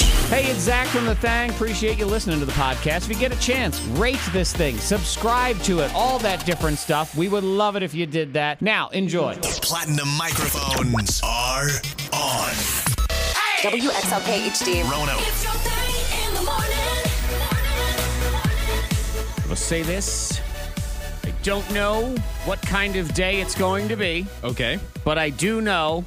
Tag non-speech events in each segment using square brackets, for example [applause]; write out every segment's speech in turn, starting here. Hey, it's Zach from The Thang. Appreciate you listening to the podcast. If you get a chance, rate this thing, subscribe to it, all that different stuff. We would love it if you did that. Now, enjoy. Platinum microphones are on. WXLK HD. Rono, It's your thing in the morning. I'll say this. I don't know what kind of day it's going to be, Okay. but I do know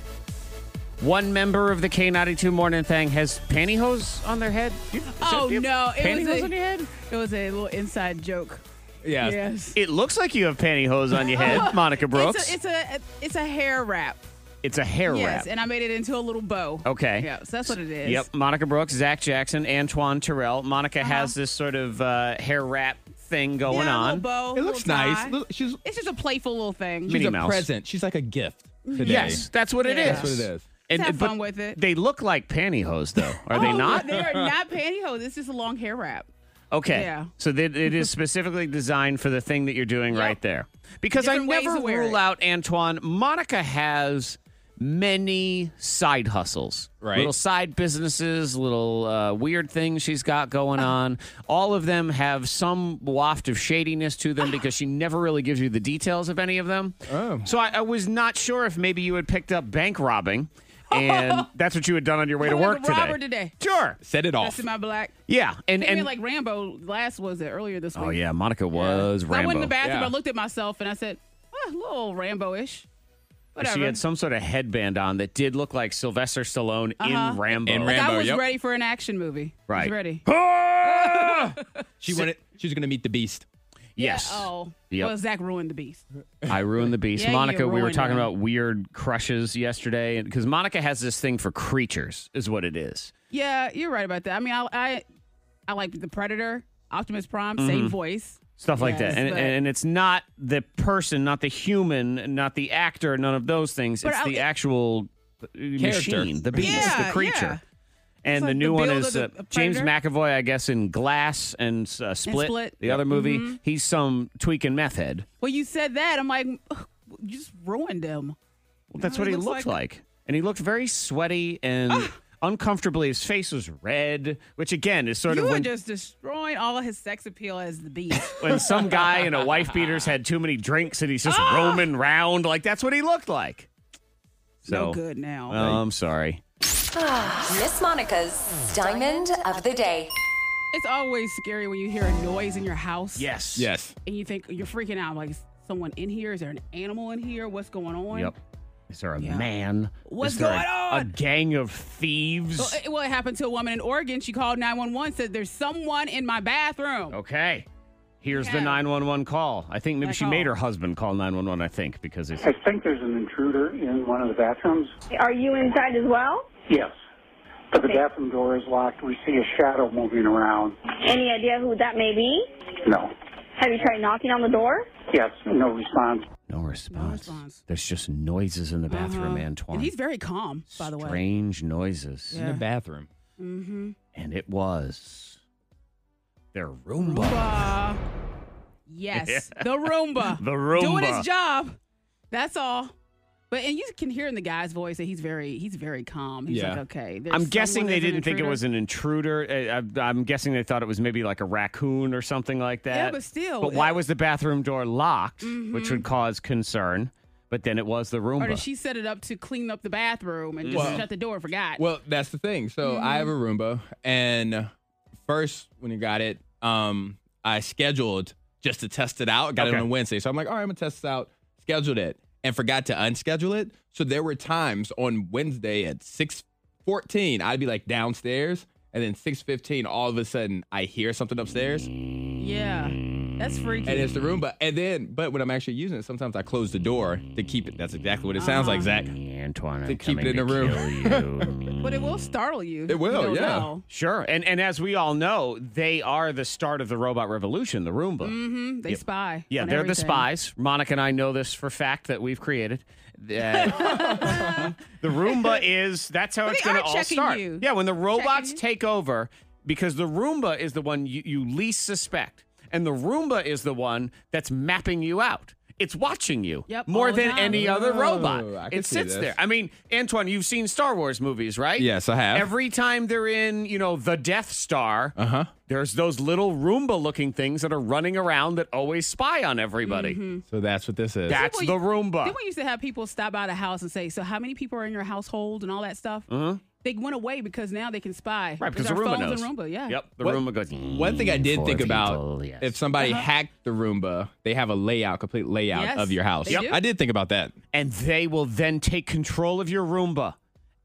one member of the K92 Morning Thang has pantyhose on their head. Do you- is that- Oh, do you have no, it was Pantyhose a- on your head? It was a little inside joke. Yeah. Yes. It looks like you have pantyhose on your [laughs] [laughs] head, Monica Brooks. It's a, it's a it's a hair wrap. It's a hair yes, wrap. and I made it into a little bow. Okay. Yeah, so that's what it is. Yep, Monica Brooks, Zach Jackson, Antoine Terrell. Monica has this sort of uh, hair wrap thing Uh-huh. Yeah, going a little on. bow. It looks little tie. nice. Little- She's It's just a playful little thing. Minnie she's a Mouse. present. She's like a gift today. Yes, that's what it Yeah. is. That's That's what it is. And, Mm-hmm. have but fun with it. They look like pantyhose, though. Are they Oh, not? [laughs] They are not pantyhose. It's just a long hair wrap. Okay. Yeah. So that it [laughs] is specifically designed for the thing that you're doing right there. Because Different I ways never to wear rule it. out Antoine. Monica has many side hustles, Right. Little side businesses, little uh, weird things she's got going Uh-huh. on. All of them have some waft of shadiness to them because she never really gives you the details of any of them. Oh. So I, I was not sure if maybe you had picked up bank [laughs] robbing, and that's what you had done on your way to I'm like work a robber today. Sure. Set it off. Dressed in my black. Yeah, and And, and like Rambo last was it earlier this week? Oh yeah, Monica Yeah. was So Rambo. I went in the bathroom. Yeah. I looked at myself and I said, oh, a little Rambo-ish. Whatever. She had some sort of headband on that did look like Sylvester Stallone Uh-huh. in Rambo. In like, Rambo. I was yep. ready for an action movie. I Right. was ready. She wanted. She's gonna meet the beast. Yes. Oh. Yep. Well, Zach ruined the beast. [laughs] I ruined the beast. Yeah, you Monica, we were ruined talking him. about weird crushes yesterday because Monica has this thing for creatures, is what it is. Yeah, you're right about that. I mean, I I, I like the Predator, Optimus Prime, Mm-hmm. same voice. Stuff like Yes, that. And, but- and it's not the person, not the human, not the actor, none of those things. But it's I- the actual uh, machine, the beast, Yeah, the creature. yeah. And It's the like new the one build is uh, of the- of James Predator. McAvoy, I guess, in Glass and uh, Split, Split. Mm-hmm. the other movie. He's some tweaking meth head. Well, you said that. I'm like, you just ruined him. Well, that's No, what he, he looked looks Ah! like. And he looked very sweaty and uncomfortably. His face was red, which again is sort You of were when, just destroying all of his sex appeal as the beast. [laughs] [laughs] when some guy in a wife beater's had too many drinks and he's just Ah! roaming round. Like that's what he looked like. So um, no good now. well, I'm sorry. [sighs] Miss Monica's Diamond of the Day. it's always scary when you hear a noise in your house. Yes. Yes. And you think you're freaking out. Like, is someone in here? Is there an animal in here? What's going on? Yep. Is there a Yeah. man? What's Is there going a, A on? gang of thieves. Well it, well, it happened to a woman in Oregon. She called 911, said, There's someone in my bathroom. okay. Here's the Yeah. 911 call. I think maybe That she made her call. husband call 911. I think because it's I think there's an intruder in one of the bathrooms. Are you inside as well? Yes. But the bathroom door is locked. We see a shadow moving around. Any idea who that may be? No. Have you tried knocking on the door? Yes, no response. no response. response. Uh-huh. There's just noises in the bathroom, Antoine. And he's very calm, by the way. Mm-hmm. Strange noises. In the bathroom. And it was their Roomba. Roomba. [laughs] Yes, the Roomba. The Roomba. doing his job. That's all. But and you can hear in the guy's voice that he's very he's very calm. He's Yeah. like, okay. there's I'm guessing someone they that's an didn't think it intruder. was an intruder. Uh, I, I'm guessing they thought it was maybe like a raccoon or something like that. but still, But why uh, was the bathroom door locked, which would cause concern? But then it was the Or Roomba. did she set it up to clean up the bathroom and just Well- shut the door? and Forgot. Well, that's the thing. So I have a Roomba, and first when you got it, um, I scheduled just to test it out. Got Okay. it on a Wednesday, so I'm like, all right, I'm gonna test this out. Scheduled it and forgot to unschedule it. So there were times on Wednesday at six fourteen, I'd be like downstairs, and then six fifteen, all of a sudden I hear something upstairs, and yeah, that's freaky. it's the Mm-hmm. Roomba. And then, but when I'm actually using it, sometimes I close the door to keep it. That's exactly what it sounds like, Zach. Ah, Antoine, I'm To keep it coming in to the room. [laughs] Oh, kill you. but it will startle you. It will, You don't yeah. know. sure. And and as we all know, they are the start of the robot revolution, the Roomba. Mm, They spy. Yeah, on they're the everything. spies. Monica and I know this for fact that we've [laughs] created. Uh, [laughs] the Roomba is that's how But it's they going to are all checking start. you. Yeah, when the robots you. take over, because the Roomba is the one you, you least suspect, and the Roomba is the one that's mapping you out. It's watching you Yep, more all the than time. any other Oh, robot. I can It see sits this. there. I mean, Antoine, you've seen Star Wars movies, right? Yes, I have. Every time they're in, you know, the Death Star, Uh-huh. there's those little Roomba-looking things that are running around that always spy on everybody. Mm-hmm. So that's what this is. That's the People- Roomba. Then we used to have people stop by the house and say, "So how many people are in your household and all that stuff?" Uh-huh. They went away because now they can spy. Right, because the our Roomba knows. phones and Roomba, yeah. Yep, the What- Roomba goes. One thing I did "Mm, think four about people, yes." if somebody hacked the Roomba, they have a layout, complete layout Uh-huh. Yes, of your house. they Yep. do. I did think about that. and they will then take control of your Roomba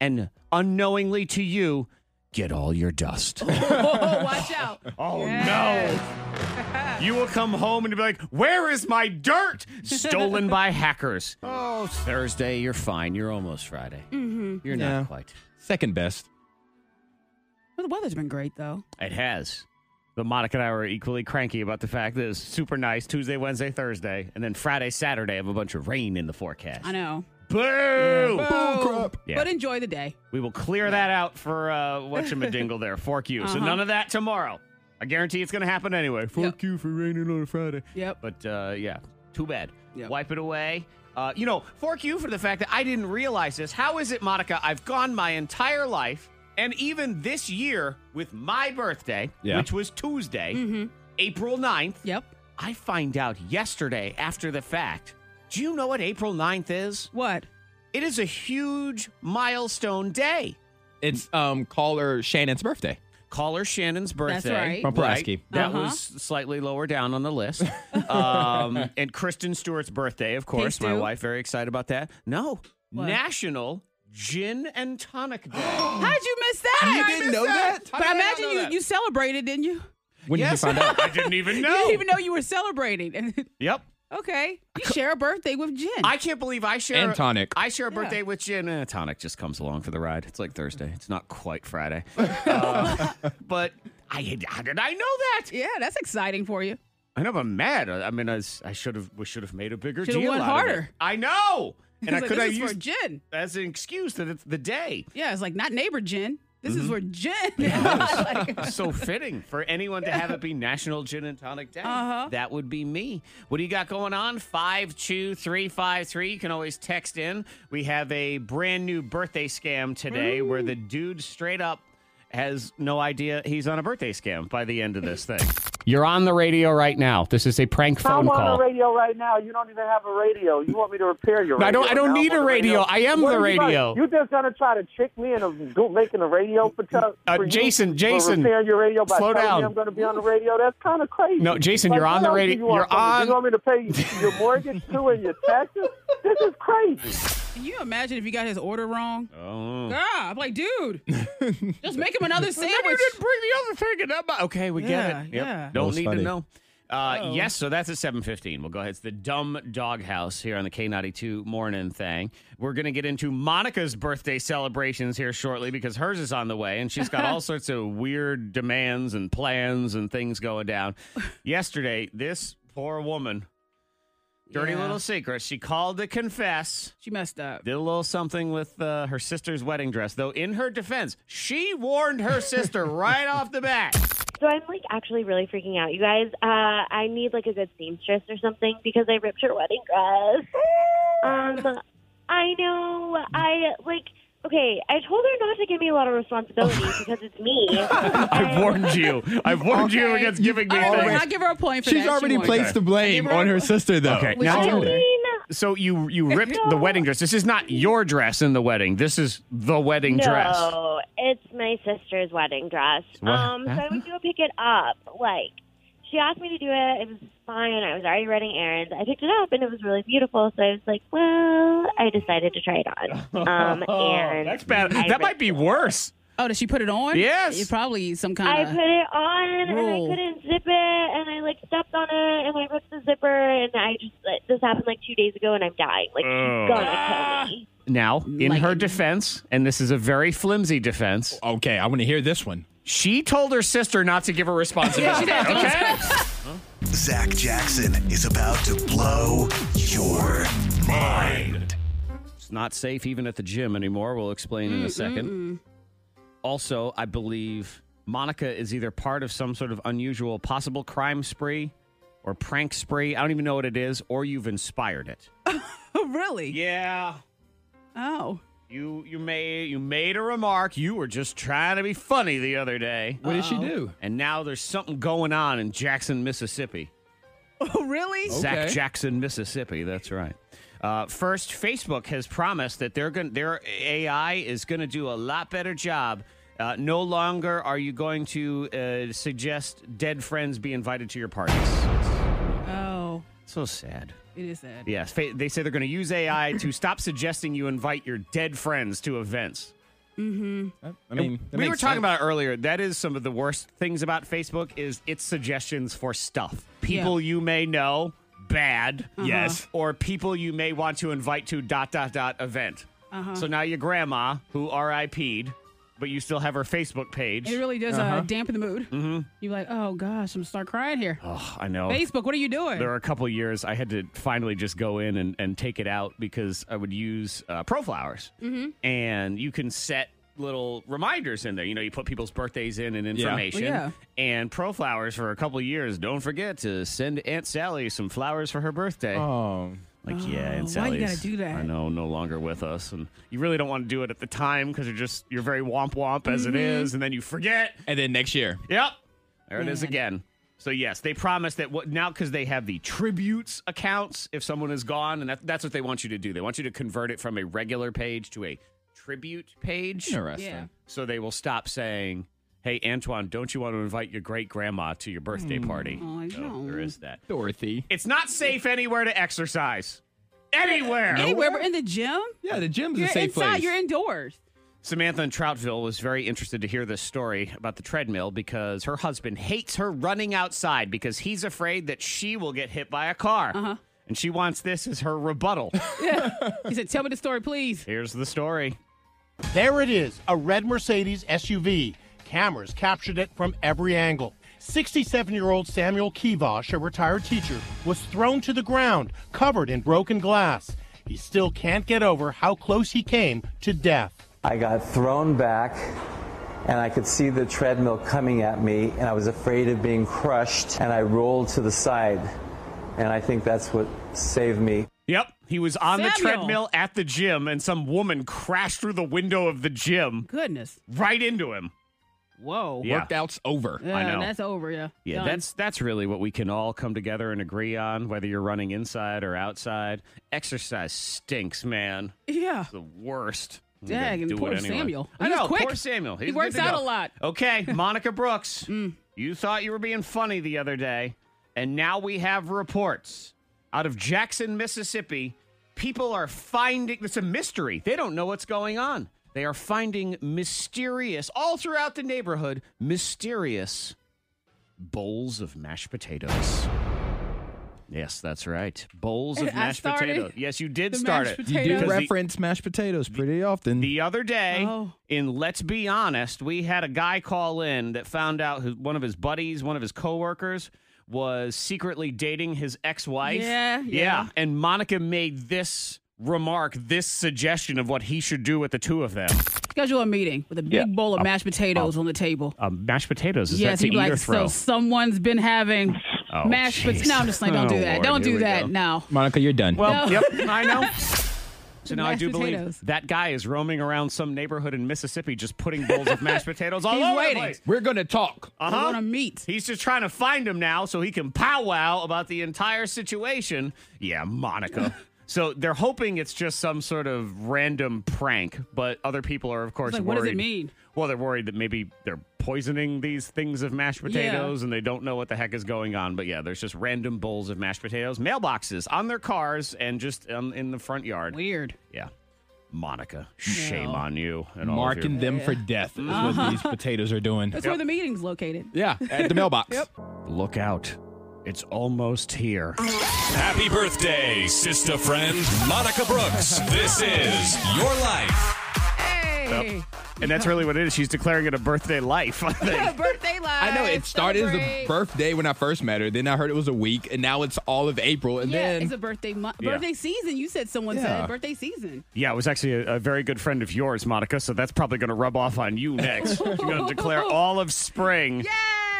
and unknowingly to you get all your dust. [laughs] [laughs] Oh, watch [laughs] out! Oh [laughs] Yes. no. You will come home and be like, "Where is my [laughs] dirt?" Stolen by hackers. Oh, Thursday, you're fine. You're almost Friday. Mm-hmm. You're Yeah. not quite. Second best. Well, the weather's been great though. It has. But Monica and I were equally cranky about the fact that it's super nice Tuesday, Wednesday, Thursday, and then Friday, Saturday have a bunch of rain in the forecast. I know. Boo! Boo. Yeah. But enjoy [gasps] the day. We will clear that out for uh, whatchamadingle there. Fork you. So Uh-huh. none of that tomorrow. I guarantee it's going to happen anyway. Fork Yep. you for raining on a Friday. Yep. But uh, yeah, too bad. Yep. Wipe it away. Uh, you know, fork you for the fact that I didn't realize this. How is it, Monica? I've gone my entire life, and even this year with my birthday, Yeah. which was Tuesday, April 9th, Mm-hmm. Yep. I find out yesterday after the fact. Do you know what April 9th is? What? It is a huge milestone day. It's um caller Shannon's birthday. caller Shannon's birthday. right. From Pulaski. That Uh-huh. was slightly lower down on the [laughs] list. um, and Kristen Stewart's birthday, of course. My Stew. wife, very excited about that. No, What? National Gin and Tonic [gasps] Day. How did you miss that? You didn't know that? But I imagine you you celebrated, didn't you? When yes, did you find out? [laughs] I didn't even know. [laughs] You didn't even know you were celebrating. [laughs] And Yep. okay, you share a birthday with Jen. I can't believe I share And tonic. I share a birthday with gin and tonic. Just comes along for the ride. It's like Thursday. It's not quite [laughs] Friday. Uh, but I how did I know that? yeah, that's exciting for you. I know, I'm mad. I I mean, I, s- I should have. We should have made a bigger Should've deal. went out Of it. harder. I know, and I It's like, could this have is for used Jen. as an excuse that it's the day. Yeah, it's like not neighbor Jen. This Mm-hmm. is for Jen. Like, [laughs] so fitting for anyone to have it be National Gin and Tonic Day. Uh-huh. That would be me. What do you got going on? 52353. You can always text in. We have a brand new birthday scam today where the dude straight up has no idea he's on a birthday scam by the end of this thing. You're on the radio right now. This is a prank phone I'm call. on the radio right now. You don't even have a radio. You want me to repair your No, radio? I don't- I don't Now I'm need on a the radio. I am What the are you gonna- radio. You just gonna try to trick me into do- making a radio for, t- Uh, for you- Jason, for Jason, repairing your radio by slow telling down. Me I'm gonna be on the radio. That's kind of crazy. No, Jason, Like, you're on what the else do radio- You want you're from me? on- Do You want me to [laughs] pay your mortgage too and your taxes? This is crazy. Can you imagine if you got his order wrong? Oh. I'm [laughs] like, dude, just make him another sandwich. bring the other thing in that Okay, we Yeah, get it. yeah. Don't Most need to funny. know. Uh, yes, so that's at 7.15. We'll go ahead. It's the Dumb Doghouse here on the K92 morning thing. We're going to get into Monica's birthday celebrations here shortly because hers is on the way, and she's [laughs] got all sorts of weird demands and plans and things going [laughs] down. Yesterday, this poor woman, dirty Yeah. little secret, she called to confess She messed up. did a little something with uh, her sister's wedding dress, though. In her defense, she warned her [laughs] sister right off the bat. So I'm like actually really freaking out, you guys. Uh, I need like a good seamstress or something because I ripped her wedding dress. Um, I know. I like. Okay, I told her not to give me a lot of responsibility because it's me. I warned you. [laughs] I warned you against giving me All right, things. I'll give her a point for She's that. She already won. placed the blame on her sister though. Okay, now I tell me. mean, So you you ripped the wedding dress. This is not your dress in the wedding. This is the wedding dress. no, it's my sister's wedding dress. What? Um, so I would go pick it up. Like she asked me to do it. It was fine. I was already running errands. I picked it up and it was really beautiful. So I was like, well, I decided to try it on. [laughs] Um, and That's bad. I that might be worse. Oh, did she put it on? Yes. It's probably some I kind put of. it on Roll. and I couldn't zip it and I like stepped on it and I ripped the zipper and I just like, this happened like two days ago and I'm dying like Oh. she's gonna kill me. Now, in her defense, and this is a very flimsy defense, Okay, I want to hear this one. she told her sister not to give her responsibility. okay? Zach Jackson is about to blow your mind. It's not safe even at the gym anymore. We'll explain in a 2nd Also, I believe Monica is either part of some sort of unusual possible crime spree or prank spree. I don't even know what it is, or you've inspired it. [laughs] Oh, really? Yeah. Oh. You you made you made a remark. You were just trying to be funny the other day. What did she do? And now there's something going on in Jackson, Mississippi. [laughs] Oh, really? Zach Okay. Jackson, Mississippi. That's right. Uh, first, Facebook has promised that they're going their AI is going to do a lot better job. Uh, no longer are you going to uh, suggest dead friends be invited to your parties. Oh, So sad. it is sad. Yes, fa- they say they're going to use AI to stop suggesting you invite your dead friends to events. Mm-hmm. I mean, we that makes were talking sense. about it earlier. That is some of the worst things about Facebook is its suggestions for stuff. People you may know, bad. Uh-huh. Yes. Or people you may want to invite to dot dot dot event. Uh-huh. So now your grandma, who RIP'd, but you still have her Facebook page. It really does uh Uh-huh. dampen the mood. Mm-hmm. You're like, oh gosh, I'm gonna start crying here. Ugh, I know. Facebook, what are you doing? There were a couple years I had to finally just go in and, and take it out because I would use uh, ProFlowers. Mm-hmm. And you can set little reminders in there. You know, you put people's birthdays in and Yeah. information. Yeah. And ProFlowers for a couple years, don't forget to send Aunt Sally some flowers for her birthday. Oh, Like, yeah, Oh, Aunt why Sally's. you gotta do that? I know, no longer with us. And you really don't want to do it at the time because you're just, you're very womp womp as it is. And then you forget. and then next year. Yep. There it is Man. again. So yes, they promise that what now because they have the tributes accounts. If someone is gone, and that, that's what they want you to do. They want you to convert it from a regular page to a tribute page. Interesting. Yeah. So they will stop saying, "Hey Antoine, don't you want to invite your great grandma to your birthday party?" Hmm. Oh, I So know. there is that. Dorothy. It's not safe anywhere to exercise. Anywhere. Anywhere but in the gym? Yeah, the gym's You're a safe inside, place. you're indoors. Samantha in Troutville was very interested to hear this story about the treadmill because her husband hates her running outside because he's afraid that she will get hit by a car. Uh-huh. And she wants this as her [laughs] rebuttal. He said, Tell me the story, please. Here's the story. There it is, a red Mercedes SUV. Cameras captured it from every angle. 67 year old Samuel Kivosh, a retired teacher, was thrown to the ground, covered in broken glass. He still can't get over how close he came to death. I got thrown back and I could see the treadmill coming at me and I was afraid of being crushed and I rolled to the side and I think that's what saved me. Yep, he was on the Samuel. treadmill at the gym, and some woman crashed through the window of the gym Goodness. right into him. Whoa. Yeah. Workout's over. Yeah, Uh, I know. That's over, yeah. Yeah, Done. that's that's really what we can all come together and agree on, whether you're running inside or outside. Exercise stinks, man. Yeah. the worst. I'm Dag, gonna and do poor it anyway. Samuel. I He was know, quick. poor Samuel. He He's works good to out go. a lot. [laughs] Mm. Okay, Monica Brooks, you thought you were being funny the other day, and now we have reports out of Jackson, Mississippi. People are finding it's a mystery. They don't know what's going on. They are finding mysterious all throughout the neighborhood mysterious bowls of mashed potatoes. Yes, that's right. Bowls of [laughs] I mashed started potatoes. Yes, you did the start mashed it. You Potatoes. do Because the- reference mashed potatoes pretty often. the other day, Oh. in Let's Be Honest, we had a guy call in that found out who, one of his buddies, one of his coworkers, was secretly dating his ex wife. Yeah, yeah. And Monica made this remark, this suggestion of what he should do with the two of them. Schedule a meeting with a big Yeah. bowl of mashed potatoes on the table. Um, mashed potatoes. Is yes, that he'd to be eat like, or throw? so someone's been having Oh, mashed jeez. potatoes. No, I'm just like, don't Oh, do that. Lord, don't here do we that. go. No. Monica, you're done. Well, [laughs] yep, [laughs] I know. So now I Mashed do believe potatoes. that guy is roaming around some neighborhood in Mississippi just putting bowls of [laughs] mashed potatoes all He's over the waiting. place. Uh-huh. we're gonna talk. I want to meet. He's just trying to find him now so he can powwow about the entire situation. Yeah, [laughs] Monica. so they're hoping it's just some sort of random prank, but other people are, of course, It's like, worried. what does it mean? Well, they're worried that maybe they're poisoning these things of mashed potatoes and they don't know what the heck is going on. But yeah, there's just random bowls of mashed potatoes, mailboxes on their cars and just um, in the front yard. Weird. yeah. Monica, shame on you and all of your- Marking them for death is what these potatoes are doing. Uh-huh. That's where the meeting's located. Yeah, at [laughs] the mailbox. Look out. It's almost here. Happy birthday, sister friend, Monica Brooks. This is your life. Hey. And that's really what it is. She's declaring it a birthday life, I think. [laughs] birthday live. I know it started as a birthday when I first met her. Then I heard it was a week, and now it's all of April. And Yeah, then it's a birthday month, Yeah. birthday season. You said someone Yeah. said birthday season. Yeah, it was actually a, a very good friend of [laughs] yours, Monica, so that's probably going to rub off on you next. You're going to declare all of spring Yes.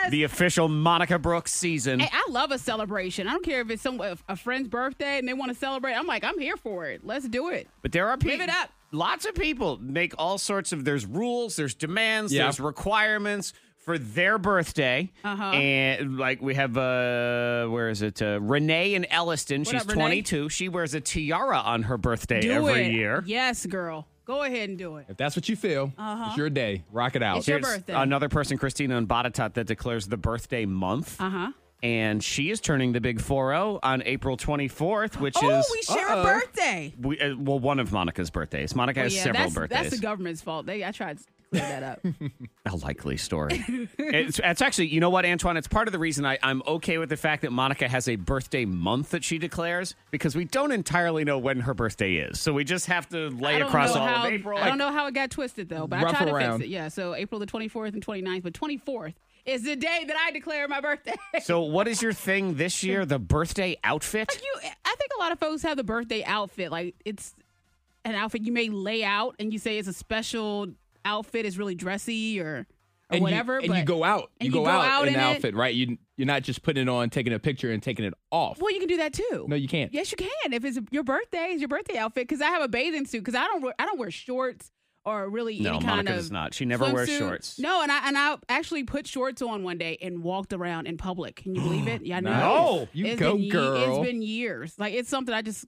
Eh, the official Monica Brooks season. Hey, I love a celebration. I don't care if it's some if a friend's birthday and they want to celebrate. I'm like, I'm here for it. Let's do it. But there are people. Give it up. Lots of people make all sorts of. There's rules. There's demands. Yeah. There's requirements for their birthday. Uh-huh. And like we have, uh, where is it? Uh, Renee in Elliston. What She's up, Renee? 22. She wears a tiara on her birthday do every it. year. Yes, girl. Go ahead and do it. If that's what you feel, Uh-huh. it's your day. Rock it out. It's your Here's birthday. Another person, Christina in Botetourt, that declares the birthday month. Uh huh. And she is turning the big 4 0 on April 24th, which Oh, is. we share a birthday. We, uh, well, one of Monica's birthdays. Monica Well, has yeah, several that's, birthdays. That's the [laughs] government's fault. They I tried to clear that up. A likely story. [laughs] it's, it's actually, you know what, Antoine? It's part of the reason I, I'm okay with the fact that Monica has a birthday month that she declares because we don't entirely know when her birthday is. So we just have to lay I don't across know all how, of April. I don't know how it got twisted though, but I Rough tried to around. fix it. Yeah, so April the 24th and 29th, but 24th is the day that I declare my birthday. [laughs] So, what is your thing this year? The birthday outfit? you, I think a lot of folks have the birthday outfit. Like it's an outfit you may lay out and you say it's a special outfit. It's really dressy or or and you- whatever. and but, you go out. and you, go, out, in an it. outfit, right? You you're not just putting it on, taking a picture, and taking it off. Well, you can do that too. No, you can't. Yes, you can. If it's your birthday, it's your birthday outfit. Because I have a bathing suit. Because I don't, wear- I don't wear shorts or really No, any kind Monica of. does not. She never wears swimsuit. shorts. No, and I and I actually put shorts on one day and walked around in public. Can you [gasps] believe it? Yeah, I know. Nice. Oh, You It's go, been ye- girl. it's been years. Like it's something I just.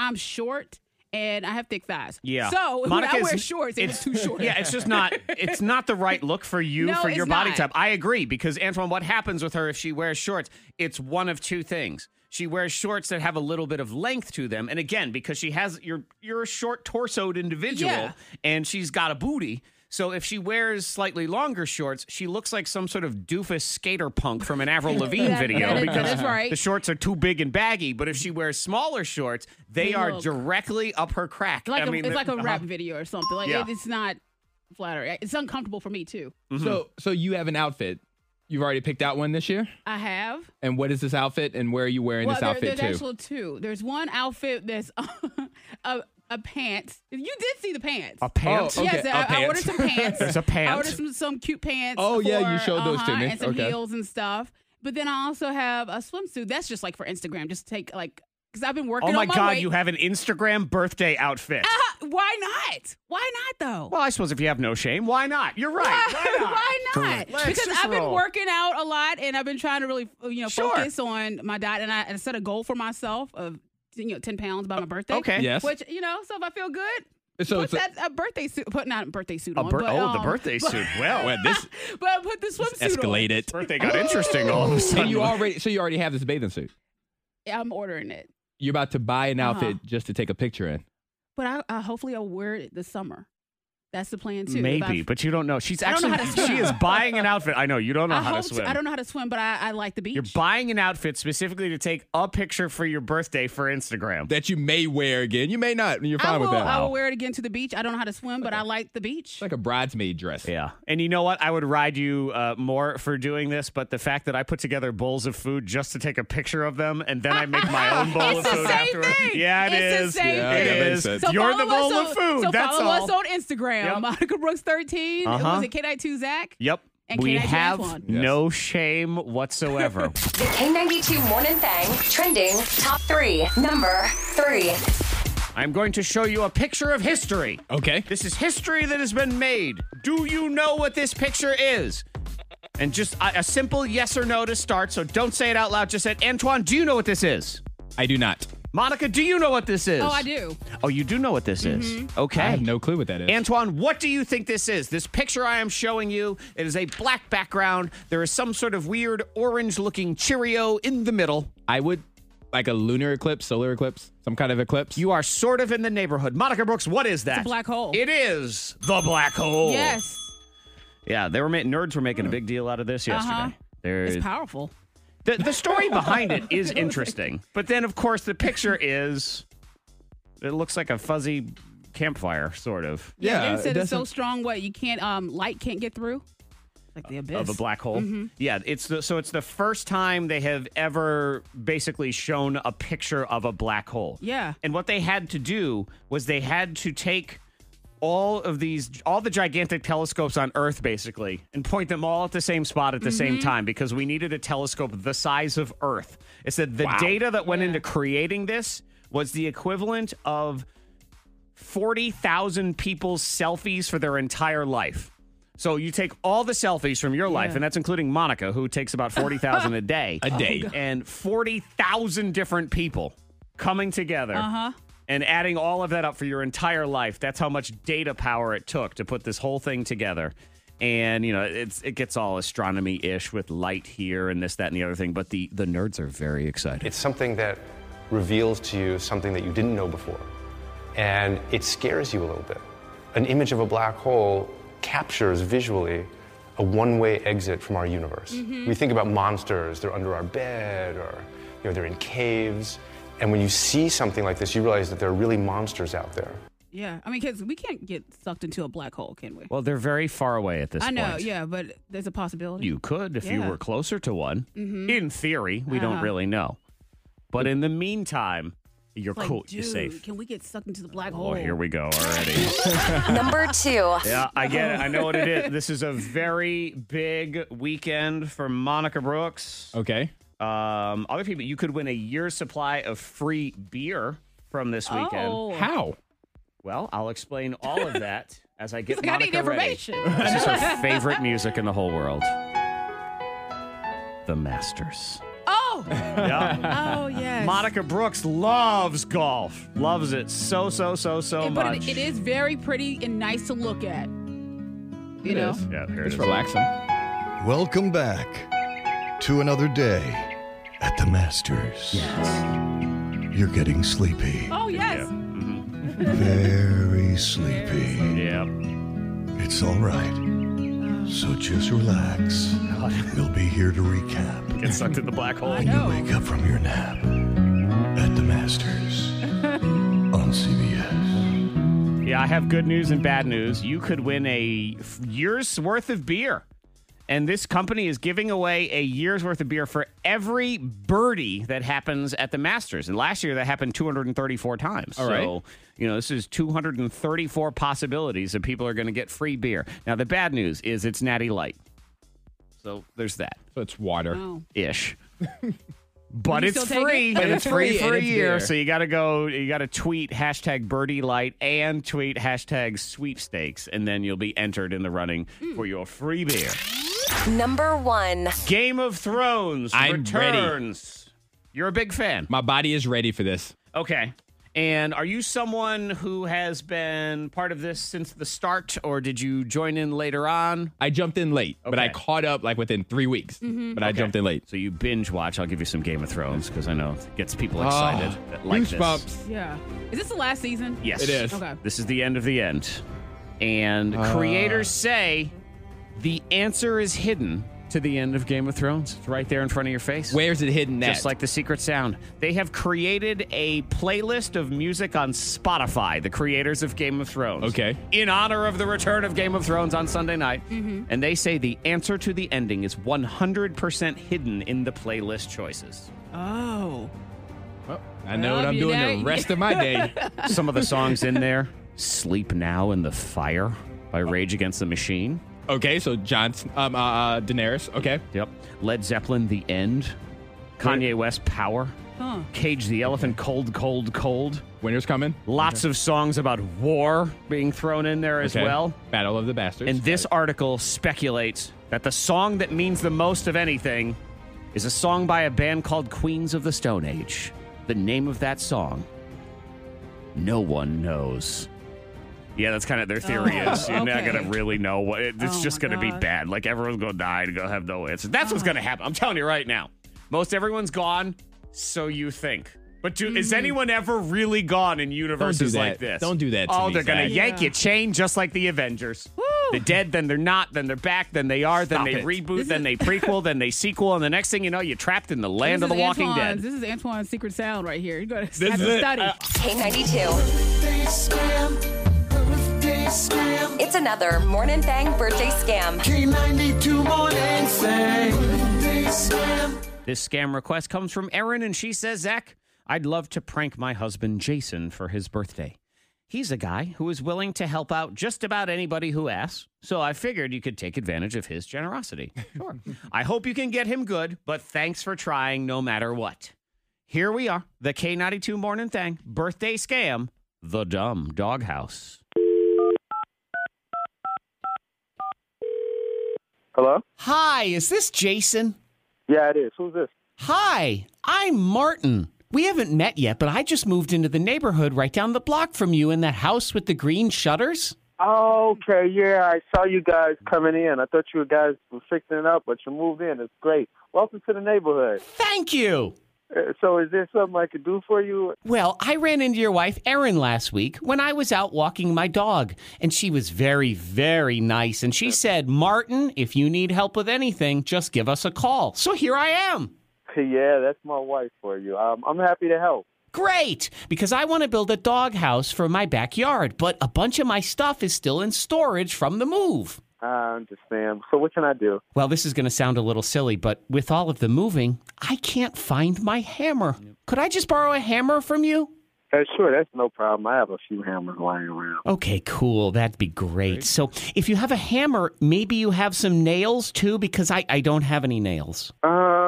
I'm short and I have thick thighs. Yeah. So [laughs] when Monica I is- wear shorts, it was too short. Yeah, it's [laughs] just [laughs] not it's not the right look for you No, for your it's body not. type. I agree because Antoine, what happens with her if she wears shorts? It's one of two things. She wears shorts that have a little bit of length to them, and again, because she has you're you're a short torsoed individual, Yeah. and she's got a booty. So if she wears slightly longer shorts, she looks like some sort of doofus skater punk from an [laughs] Avril Lavigne That- video that is- because that is right. the shorts are too big and baggy. But if she wears smaller shorts, they, They are look- directly up her crack. Like I a- mean, it's the- like a rap Uh-huh. video or something. Like Yeah. it, it's not flattering. It's uncomfortable for me too. Mm-hmm. So so you have an outfit. You've already picked out one this year. I have. And what is this outfit? And where are you wearing this there- outfit there's to? actually two. There's one outfit that's [laughs] a, a pants. You did see the pants. A pants? Oh, okay, Yes, a I, I ordered pants. some [laughs] [laughs] pants. There's a pant. I ordered some, some cute pants. Oh, yeah, you for- showed those to uh-huh, me. And some Okay. heels and stuff. But then I also have a swimsuit. That's just like for Instagram. Just take like because I've been working. Oh my, on my God, weight. you have an Instagram birthday outfit. Ah, [laughs] why not? Why not though? Well, I suppose if you have no shame, why not? You're right. Why not? Why not? Correct. Let's Because just I've been roll. working out a lot, and I've been trying to really, you know, Sure. focus on my diet, and I and I set a goal for myself of you know ten pounds Uh, by my birthday. okay. Yes. Which you know, so if I feel good, So so put it's a- that a, birthday suit, put not a birthday suit A on, bir- but, oh, the um, birthday but- suit. [laughs] Well, Well, this but put the swimsuit on. escalated. Birthday got interesting all of a sudden. And you already so you already have this bathing suit. [laughs] Yeah, I'm ordering it, You're about to buy an Uh-huh. outfit just to take a picture in. but I, I hopefully I'll wear it this summer. That's the plan too. If Maybe, I- but you don't know. She's I don't know actually how to she swim. is buying an outfit. I know you don't know I how hope to swim. I don't know how to swim, but I, I like the beach. You're buying an outfit specifically to take a picture for your birthday for Instagram. That you may wear again. You may not. You're fine I will, with that. I will wear it again to the beach. I don't know how to swim, but I like the beach. like a bridesmaid dress. Yeah. And you know what? I would ride you uh, more for doing this, but the fact that I put together bowls of food just to take a picture of them and then I make [laughs] my own bowl It's of the food same afterwards. thing. Yeah, it It's the is. same It thing. Yeah, that makes is. sense. So You're follow the bowl us of on- food. So That's follow all. us on Instagram, Yep. Monica Brooks thirteen. Uh-huh. Was it K ninety two Zach? Yep. And we K92 have Antoine. Yes. no shame whatsoever. The K92 Morning Thang trending top three. Number three. I'm going to show you a picture of history. Okay. This is history that has been made. Do you know what this picture is? And just a, a simple yes or no to start. So don't say it out loud. Just say, Antoine, do you know what this is? I do not. Monica, do you know what this is? Oh, I do. Mm-hmm. Oh, you do know what this is. Okay. I have no clue what that is. Antoine, what do you think this is? This picture I am showing you, it is a black background. There is some sort of weird orange looking Cheerio in the middle. I would like a lunar eclipse, solar eclipse, some kind of eclipse. You are sort of in the neighborhood. Monica Brooks, what is that? black hole. It is the black hole. Yes. Yeah, they were ma- nerds were making a big deal out of this yesterday. Uh-huh. There It's is powerful. the, the story behind [laughs] it is interesting, but then of course the picture is it looks like a fuzzy campfire, sort of. yeah. they said it it's so doesn't- strong what you can't um light can't get through. Like the abyss. Uh, of a black hole. Mhm. Yeah, it's the, so it's the first time they have ever basically shown a picture of a black hole. Yeah. And what they had to do was they had to take all of these, all the gigantic telescopes on Earth, basically, and point them all at the same spot at the same Mm-hmm. time because we needed a telescope the size of Earth. It said the data that went into creating this was the equivalent of 40,000 people's selfies for their entire life. So you take all the selfies from your life, and that's including Monica, who takes about 40,000 a day. [laughs] A day. Oh, God. and 40,000 different people coming together Uh-huh. and adding all of that up for your entire life. That's how much data power it took to put this whole thing together. And you know, it's it gets all astronomy ish with light here and this, that, and the other thing. But the the nerds are very excited. It's something that reveals to you something that you didn't know before. And it scares you a little bit. An image of a black hole captures visually a one way exit from our universe. Mhm. We think about monsters, they're under our bed or you know, they're in caves. And when you see something like this, you realize that there are really monsters out there. Yeah, I mean, because we can't get sucked into a black hole, can we? Well, they're very far away at this I know, point. yeah, but there's a possibility. You could if you Yeah. were closer to one. Mhm. In theory, we don't Uh-huh. really know. But in the meantime, you're Like, cool. dude, you're safe. Can we get sucked into the black hole? Oh, here we go already. Number two. yeah, I get it. I know what it [laughs] is. This is a very big weekend for Monica Brooks. Okay. Um, other people, you could win a year's supply of free beer from this weekend. Oh. How? Well, I'll explain all of that as [laughs] I get He's like, I Monica need ready. information. This is [laughs] her favorite music in the whole world. The Masters. Oh. Yeah. [laughs] Oh yes. Monica Brooks loves golf. Loves it so, so, so, [laughs] so It- but much. it, it is very pretty and nice to look at. You know. Yeah, here it's it is. relaxing. Welcome back to another day at the Masters. Yes. You're getting sleepy. Oh yes. Mm-hmm. Very sleepy. Yeah. It's all right. So just [laughs] relax. We'll be here to recap. Get sucked in the black hole. When you wake up from your nap at the Masters on CBS. Yeah, I have good news and bad news. You could win a f- year's worth of beer. And this company is giving away a year's worth of beer for every birdie that happens at the Masters. And last year that happened 234 times. All So, you know, this is 234 possibilities that people are going to get free beer. Now, the bad news is it's Natty Light. So there's that. So it's water. Oh. Ish. But you it's still take free. [laughs] it? But it's free for and a it's year. there. So you got to go, you got to tweet hashtag birdie light and tweet hashtag sweepstakes, and then you'll be entered in the running Hmm. for your free beer. Number one. Game of Thrones I'm ready. returns. You're a big fan. My body is ready for this. Okay. And are you someone who has been part of this since the start, or did you join in later on? I jumped in late, but I Okay. caught up like within three weeks. Mm-hmm. But I Okay. jumped in late. So you binge watch. I'll give you some Game of Thrones because I know it gets people excited Ah, that like this. goosebumps. Yeah. Is this the last season? Yes. It is. Uh, Okay. This is the end of the end. And creators say the answer is hidden to the end of Game of Thrones. It's right there in front of your face. Where's it hidden at? Just like the secret sound. They have created a playlist of music on Spotify, the creators of Game of Thrones. Okay. In honor of the return of Game of Thrones on Sunday night. And they say the answer to the ending is 100% hidden in the playlist choices. Oh. I know Love what I'm you, doing Dad. the rest of my [laughs] day. [laughs] Some of the songs in there Sleep Now in the Fire by Rage Against the Machine. Okay, so John, um, uh, uh, Daenerys. Okay, Yep. Led Zeppelin, The End. Kanye West, Power. Huh. Cage the Elephant, Cold, Cold, Cold. winter's coming. Lots of songs about war being thrown in there as Okay. well. Battle of the Bastards. And this article speculates that the song that means the most of anything is a song by a band called Queens of the Stone Age. The name of that song, no one knows. Yeah, that's kind of their theory Oh, is you're not okay. going to really know what it- it's Oh, just my going to be God. Oh. bad. Like everyone's going to die and go have no answer. That's what's going to happen. I'm telling you right now. Most everyone's gone, so you think. But do, is Mm-hmm. anyone ever really gone in universes that. like this? Don't do that to oh, me, they're going Zach. to yank Yeah. your chain just like the Avengers. They're dead, then they're not, then they're back, then they are, Stop then they it. reboot, This then they prequel, then they sequel, and the next thing you know, you're trapped in the land This of the is Walking Antoine's- Dead. This is Antoine's secret sound right here. You gotta This have is to it. study. Uh, K92. It's another Morning Thang birthday scam. K92 morning This scam request comes from Erin, and she says, Zach, I'd love to prank my husband, Jason, for his birthday. He's a guy who is willing to help out just about anybody who asks, so I figured you could take advantage of his generosity. Sure. I hope you can get him good, but thanks for trying no matter what. Here we are, the K92 Morning Thing, birthday scam, the dumb doghouse. Hello? Hi, is this Jason? Yeah, it is. Who's this? Hi, I'm Martin. We haven't met yet, but I just moved into the neighborhood right down the block from you in that house with the green shutters. Okay, yeah, I saw you guys coming in. I thought you guys were fixing it up, but you moved in. It's great. Welcome to the neighborhood. Thank you. Uh, So, is there something I could do for you? Well, I ran into your wife, Erin, last week when I was out walking my dog, and she was very, very nice. And she said, Martin, if you need help with anything, just give us a call. So here I am. [laughs] Yeah, that's my wife for you. Um, I'm happy to help. Great, because I want to build a dog house for my backyard, but a bunch of my stuff is still in storage from the move. I understand. So, what can I do? Well, this is going to sound a little silly, but with all of the moving, I can't find my hammer. Could I just borrow a hammer from you? Uh, sure, that's no problem. I have a few hammers lying around. Okay, cool. That'd be great. So, if you have a hammer, maybe you have some nails too, because I, I don't have any nails. Uh,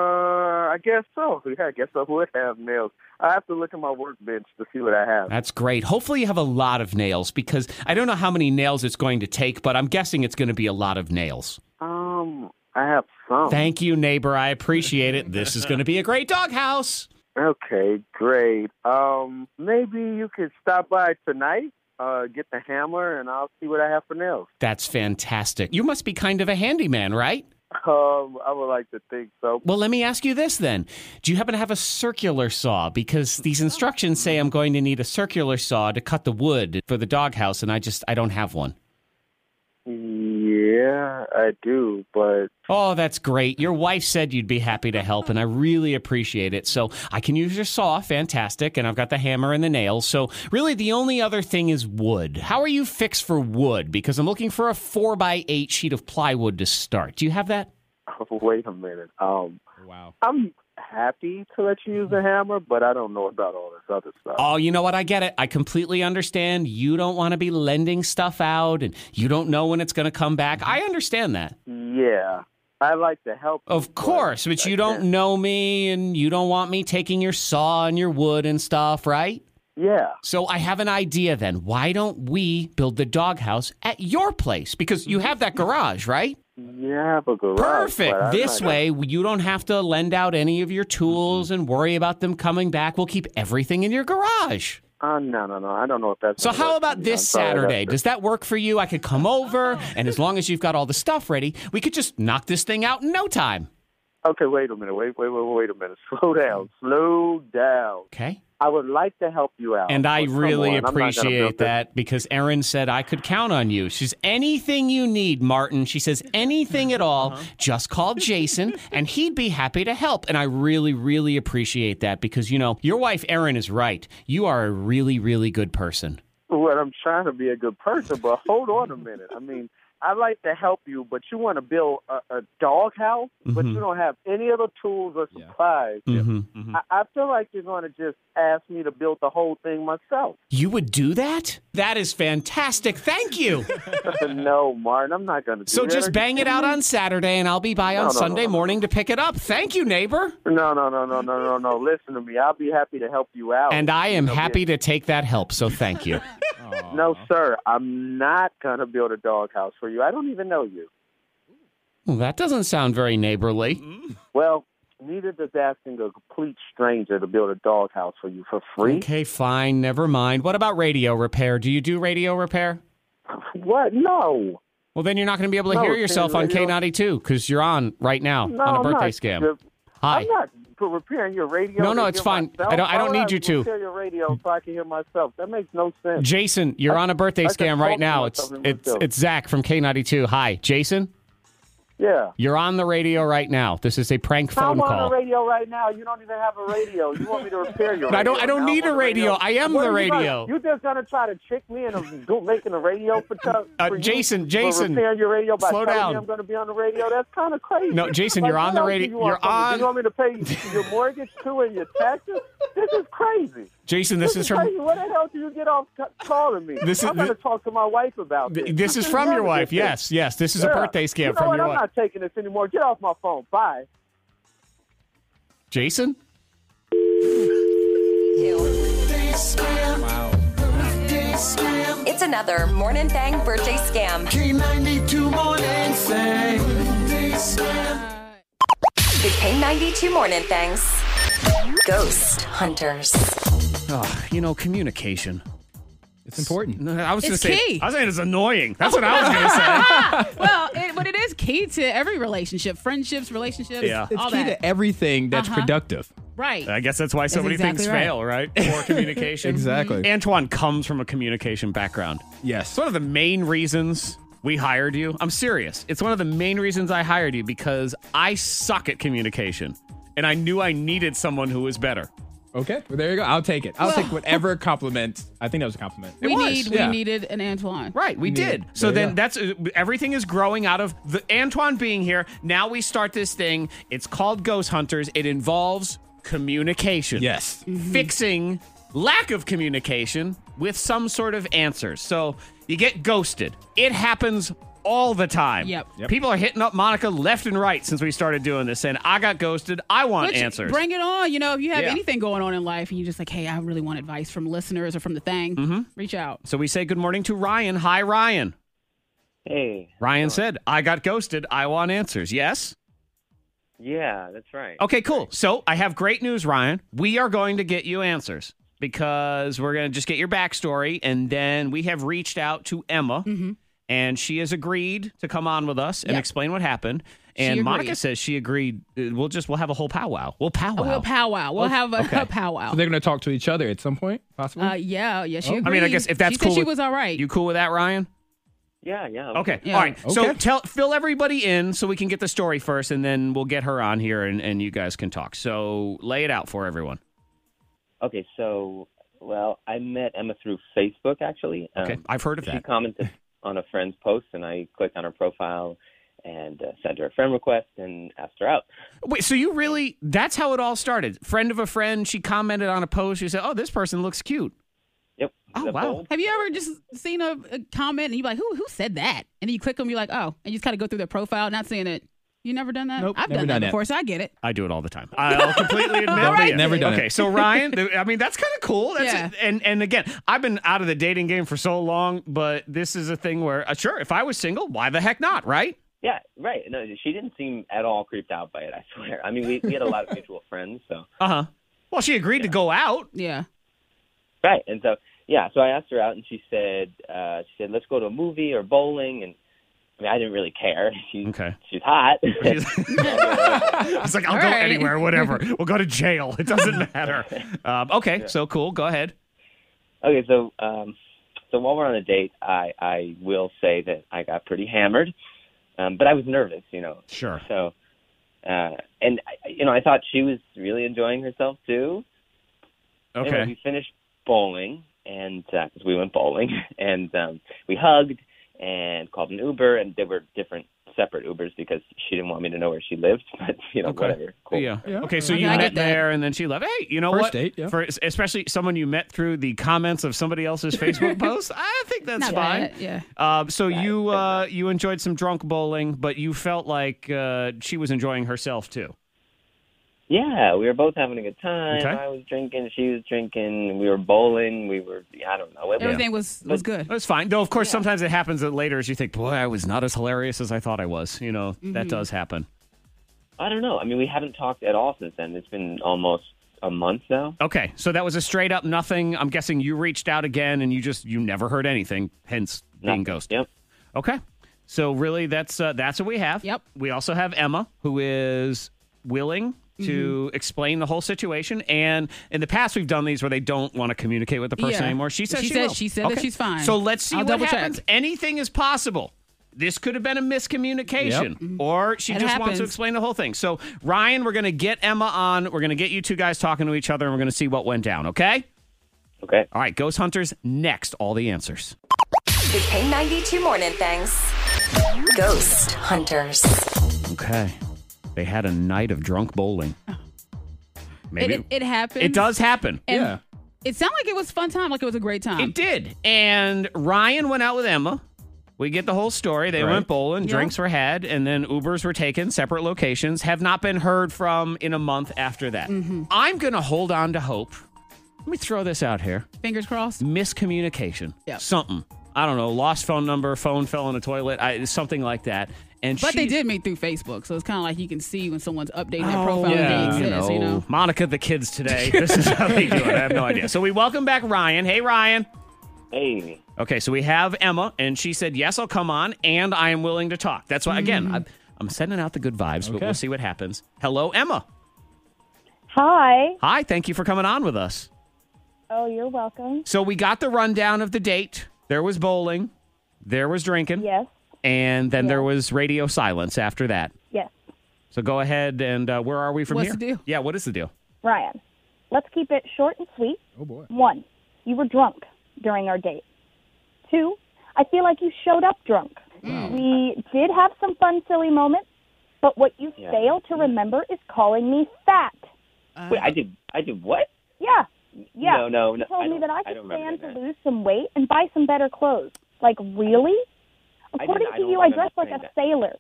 I guess so. [laughs] Yeah, I guess I would have nails. I have to look at my workbench to see what I have. That's great. Hopefully, you have a lot of nails, because I don't know how many nails it's going to take, but I'm guessing it's going to be a lot of nails. Um, I have some. Thank you, neighbor. I appreciate it. This is going to be a great doghouse. Okay, great. Um, maybe you could stop by tonight, uh, get the hammer, and I'll see what I have for nails. That's fantastic. You must be kind of a handyman, right? Um, I would like to think so. Well, let me ask you this then. Do you happen to have a circular saw? Because these instructions say I'm going to need a circular saw to cut the wood for the doghouse, and I just I don't have one. Yeah, I do, but Oh, that's great. Your wife said you'd be happy to help, and I really appreciate it. So I can use your saw, fantastic, and I've got the hammer and the nails. So really, the only other thing is wood. How are you fixed for wood? Because I'm looking for a four by eight sheet of plywood to start. Do you have that? wait a minute. Um, wow. I'm happy to let you Mm-hmm. use the hammer, but I don't know about all this other stuff. Oh, you know what? I get it. I completely understand. You don't want to be lending stuff out, and you don't know when it's going to come back. I understand that. Yeah, I like to help. Of course, but you don't know me and you don't want me taking your saw and your wood and stuff, right? Yeah. So I have an idea then. Why don't we build the doghouse at your place? Because you have that garage, right? Yeah, I have a garage. Perfect. but I'm this not- way, you don't have to lend out any of your tools and worry about them coming back. We'll keep everything in your garage. Uh, no, no, no. I don't know if that's. So gonna work how for about me. this I'm sorry, that's- Saturday? Does that work for you? I could come over, and as long as you've got all the stuff ready, we could just knock this thing out in no time. Okay, wait a minute. Wait, wait, wait, wait a minute. [laughs] Slow down. Slow down. Mm. Okay. I would like to help you out. And I but Oh, come really on, I'm not gonna build appreciate this- that because Erin said I could count on you. She's anything you need, Martin. She says anything at all, just call Jason and he'd be happy to help. And I really, really appreciate that because, you know, your wife Erin is right. You are a really, really good person. Well, I'm trying to be a good person, but hold on a minute. I mean, I like to help you, but you want to build a, a dog house, but Mhm. you don't have any of the tools or supplies. Mm-hmm. I, I feel like you're going to just ask me to build the whole thing myself. You would do that? That is fantastic. Thank [laughs] you. no, Martin, I'm not going to do So that. Are just you bang it kidding out me? on Saturday and I'll be by No, on no, no, Sunday no, no. morning to pick it up. Thank you, neighbor. No, no, no, no, no, no, no. Listen to me. I'll be happy to help you out. And I am happy to take that help. So thank you. No, sir. I'm not going to build a dog house for you. I don't even know you. Well, that doesn't sound very neighborly. Well, neither does asking a complete stranger to build a dog house for you for free. Okay, fine, never mind. What about radio repair? Do you do radio repair? What? No. Well, then you're not going to be able to No, hear it's yourself on radio. K92 because you're on right now No, on a I'm birthday scam. not. You're- Hi. I'm not p- repairing your radio. No, to no, hear it's fine. myself. I don't- I Why don't would need you to. Repair your radio so I can hear myself. That makes no sense. Jason, you're on a birthday I just scam right talked to now. It's myself in it's myself. it's Zach from K92. Hi, Jason. yeah. You're on the radio right now. This is a prank phone I'm on call. the radio right now. You don't even have a radio. You want me to repair your? No, [laughs] I don't- radio I don't now? need I'm a on the radio. I am What the are you gonna- radio. You just gonna try to trick me into go- making a radio for, t- Uh, for you- Jason, for Jason, repairing your radio by slow telling down. Me I'm gonna be on the radio. That's kind of crazy. No, Jason, Like, you're on what the else do radio- You want you're from me? Do [laughs] on- You want me to pay your mortgage too and your taxes? This is crazy. Jason, this is from- crazy. What the hell do you get off c- calling me? This is- I'm going to talk to my wife about this. Th- this is from your wife. ridiculous. Yes, yes. This is a birthday scam You know from what? your I'm wife. not taking this anymore. Get off my phone. Bye. Jason? Wow. It's another Morning Thang birthday scam. K92 Morning Thang. The K92 Morning Thangs. Ghost Hunters. Oh, you know, communication. It's important. I was going to It's say, key. I was saying it's annoying. That's what I was [laughs] going to say. [laughs] well, it, but it is key to every relationship, friendships, relationships, Yeah. It's all key that. to everything that's Uh-huh. productive. right. I guess that's why so That's many exactly things right. fail, [laughs] right? Poor communication. Mm-hmm. Exactly. Antoine comes from a communication background. Yes. It's one of the main reasons we hired you. I'm serious. It's one of the main reasons I hired you because I suck at communication and I knew I needed someone who was better. Okay. Well, there you go. I'll take it. I'll take whatever [laughs] compliment. I think that was a compliment. We need we needed an Antoine. Right, we did. So then that's uh, everything is growing out of the Antoine being here. Now we start this thing. It's called Ghost Hunters. It involves communication. Mm-hmm. Yes. Fixing lack of communication with some sort of answer. So you get ghosted. It happens all the time. Yep. Yep. People are hitting up Monica left and right since we started doing this and I got ghosted. I want Which- answers. Bring it on. You know, if you have Yeah. anything going on in life and you're just like, hey, I really want advice from listeners or from the thing, Mm-hmm. reach out. so we say good morning to Ryan. Hi Ryan. Hey. Ryan said, I got ghosted. I want answers. Yes? Yeah, that's right. Okay, cool. So I have great news, Ryan. We are going to get you answers because we're going to just get your backstory. And then we have reached out to Emma, Mm-hmm. and she has agreed to come on with us and Yep. explain what happened. She And agreed. Monica says she agreed. Uh, We'll just, we'll have a whole powwow. We'll powwow. We'll powwow. We'll Oh, Okay. have a, Okay. a [laughs] powwow. So they're going to talk to each other at some point, possibly. Uh, yeah, yeah, Oh. she I mean, I agreed. guess if that's she cool said she with- was all right. You cool with that, Ryan? Yeah, yeah. Okay. All right. So tell fill everybody in so we can get the story first, and then we'll get her on here and, and you guys can talk. So lay it out for everyone. Okay, so well, I met Emma through Facebook actually. Um, Okay, I've heard of she that. [laughs] commented on a friend's post, and I clicked on her profile and uh, sent her a friend request and asked her out. Wait, so you really, that's how it all started. Friend of a friend, she commented on a post. She said, Oh, this person looks cute. Yep. Oh, wow. Have you ever just seen a, a comment and you're like, who who said that? And then you click them, you're like, oh, and you just kind of go through their profile, not seeing it. You never done that? Nope, I've never done, done that that. before, so I get it. I do it all the time. I'll completely admit All that. right. Never done Okay, it. [laughs] so Ryan, th- I mean, that's kind of cool. That's Yeah. And, and again, I've been out of the dating game for so long, but this is a thing where, uh, sure, if I was single, why the heck not, right? Yeah, right. No, she didn't seem at all creeped out by it. I [laughs] swear. I mean, we, we had a lot [laughs] of mutual friends, so Uh huh. Well, she agreed to go out. Yeah. Right. And so, yeah, so I asked her out and she said, uh, she said, let's go to a movie or bowling. And I mean, I didn't really care. [laughs] She, Okay. She's hot. [laughs] It's like, I'll All go right. anywhere, whatever. We'll go to jail. It doesn't matter. Um, okay, so cool. Go ahead. okay. So, um, so while we're on a date, I, I will say that I got pretty hammered, um, but I was nervous, you know. Sure. So, uh, and I- you know, I thought she was really enjoying herself too. Anyway, we Okay. finished bowling, and uh 'cause we went bowling, [laughs] and um, we hugged and called an Uber, and there were different separate Ubers because she didn't want me to know where she lived, [laughs] but you know, whatever. Yeah. Okay, so Okay, you I met get that. there, and then she left. Hey, you know First what? date, yeah. For especially someone you met through the comments of somebody [laughs] else's [laughs] Facebook post, I think that's Not fine. bad, yeah. Um, so you uh, you enjoyed some drunk bowling, but you felt like uh, she was enjoying herself too. Yeah, we were both having a good time. Okay. I was drinking, she was drinking, we were bowling, we were, I don't know. It Everything was, was good. That's fine. Though, of course, sometimes it happens that later as you think, boy, I was not as hilarious as I thought I was. You know, that Mhm. does happen. I don't know. I mean, we haven't talked at all since then. It's been almost a month now. Okay, so that was a straight up nothing. I'm guessing you reached out again and you just you never heard anything, hence being ghosted. Yep. Okay. So really that's uh, that's what we have. Yep. We also have Emma who is willing to Mm-hmm. explain the whole situation and in the past we've done these where they don't want to communicate with the person Yeah. anymore. She says She she, said- will. she said that she's fine. So let's see I'll what double check. happens. Anything is possible. This could have been a miscommunication Yep. Mhm. or she It just wants to happens. explain the whole thing. So, Ryan, we're going to get Emma on. We're going to get you two guys talking to each other, and we're going to see what went down, okay? Okay. All right, Ghost Hunters, next, all the answers. The K92 Morning Thangs. Ghost Hunters. Okay. They had a night of drunk bowling. Maybe Oh. It, it happens. It does happen. And It sounded like it was fun time. Like it was a great time. It did. And Ryan went out with Emma. We get the whole story. They Right. went bowling, Yeah. drinks were had, and then Ubers were taken, separate locations, have not been heard from in a month after that. Mm-hmm. I'm going to hold on to hope. Let me throw this out here. Fingers crossed. Miscommunication. Yeah. Something. I don't know. Lost phone number, phone fell in a toilet, I, something like that. And But she, they did meet through Facebook, so it's kind of like you can see when someone's updating their Oh, profile. and they exist, you know. Monica, the kids today. This is how they do it. I have no idea. So we welcome back Ryan. Hey, Ryan. Hey. Okay, so we have Emma, and she said, "Yes, I'll come on, and I am willing to talk." That's why. Again, I'm, I'm sending out the good vibes, but we'll see what happens. Hello, Emma. Hi. Hi. Thank you for coming on with us. Oh, you're welcome. So we got the rundown of the date. There was bowling. There was drinking. Yes. And then there was radio silence after that. Yes. So go ahead and uh, where are we from What's here? the deal? Yeah. What is the deal? Ryan, let's keep it short and sweet. Oh, boy. One, you were drunk during our date. Two, I feel like you showed up drunk. Mm. We did have some fun, silly moments, but what you Yeah. fail to remember is calling me fat. Uh-huh. Wait, I did. I did what? Yeah. Yeah. No, no, no, You told I me don't- that I I could don't remember stand to lose some weight and buy some better clothes. Like, really? I According didn't- I to don't you, I remember dress like saying a that. sailor.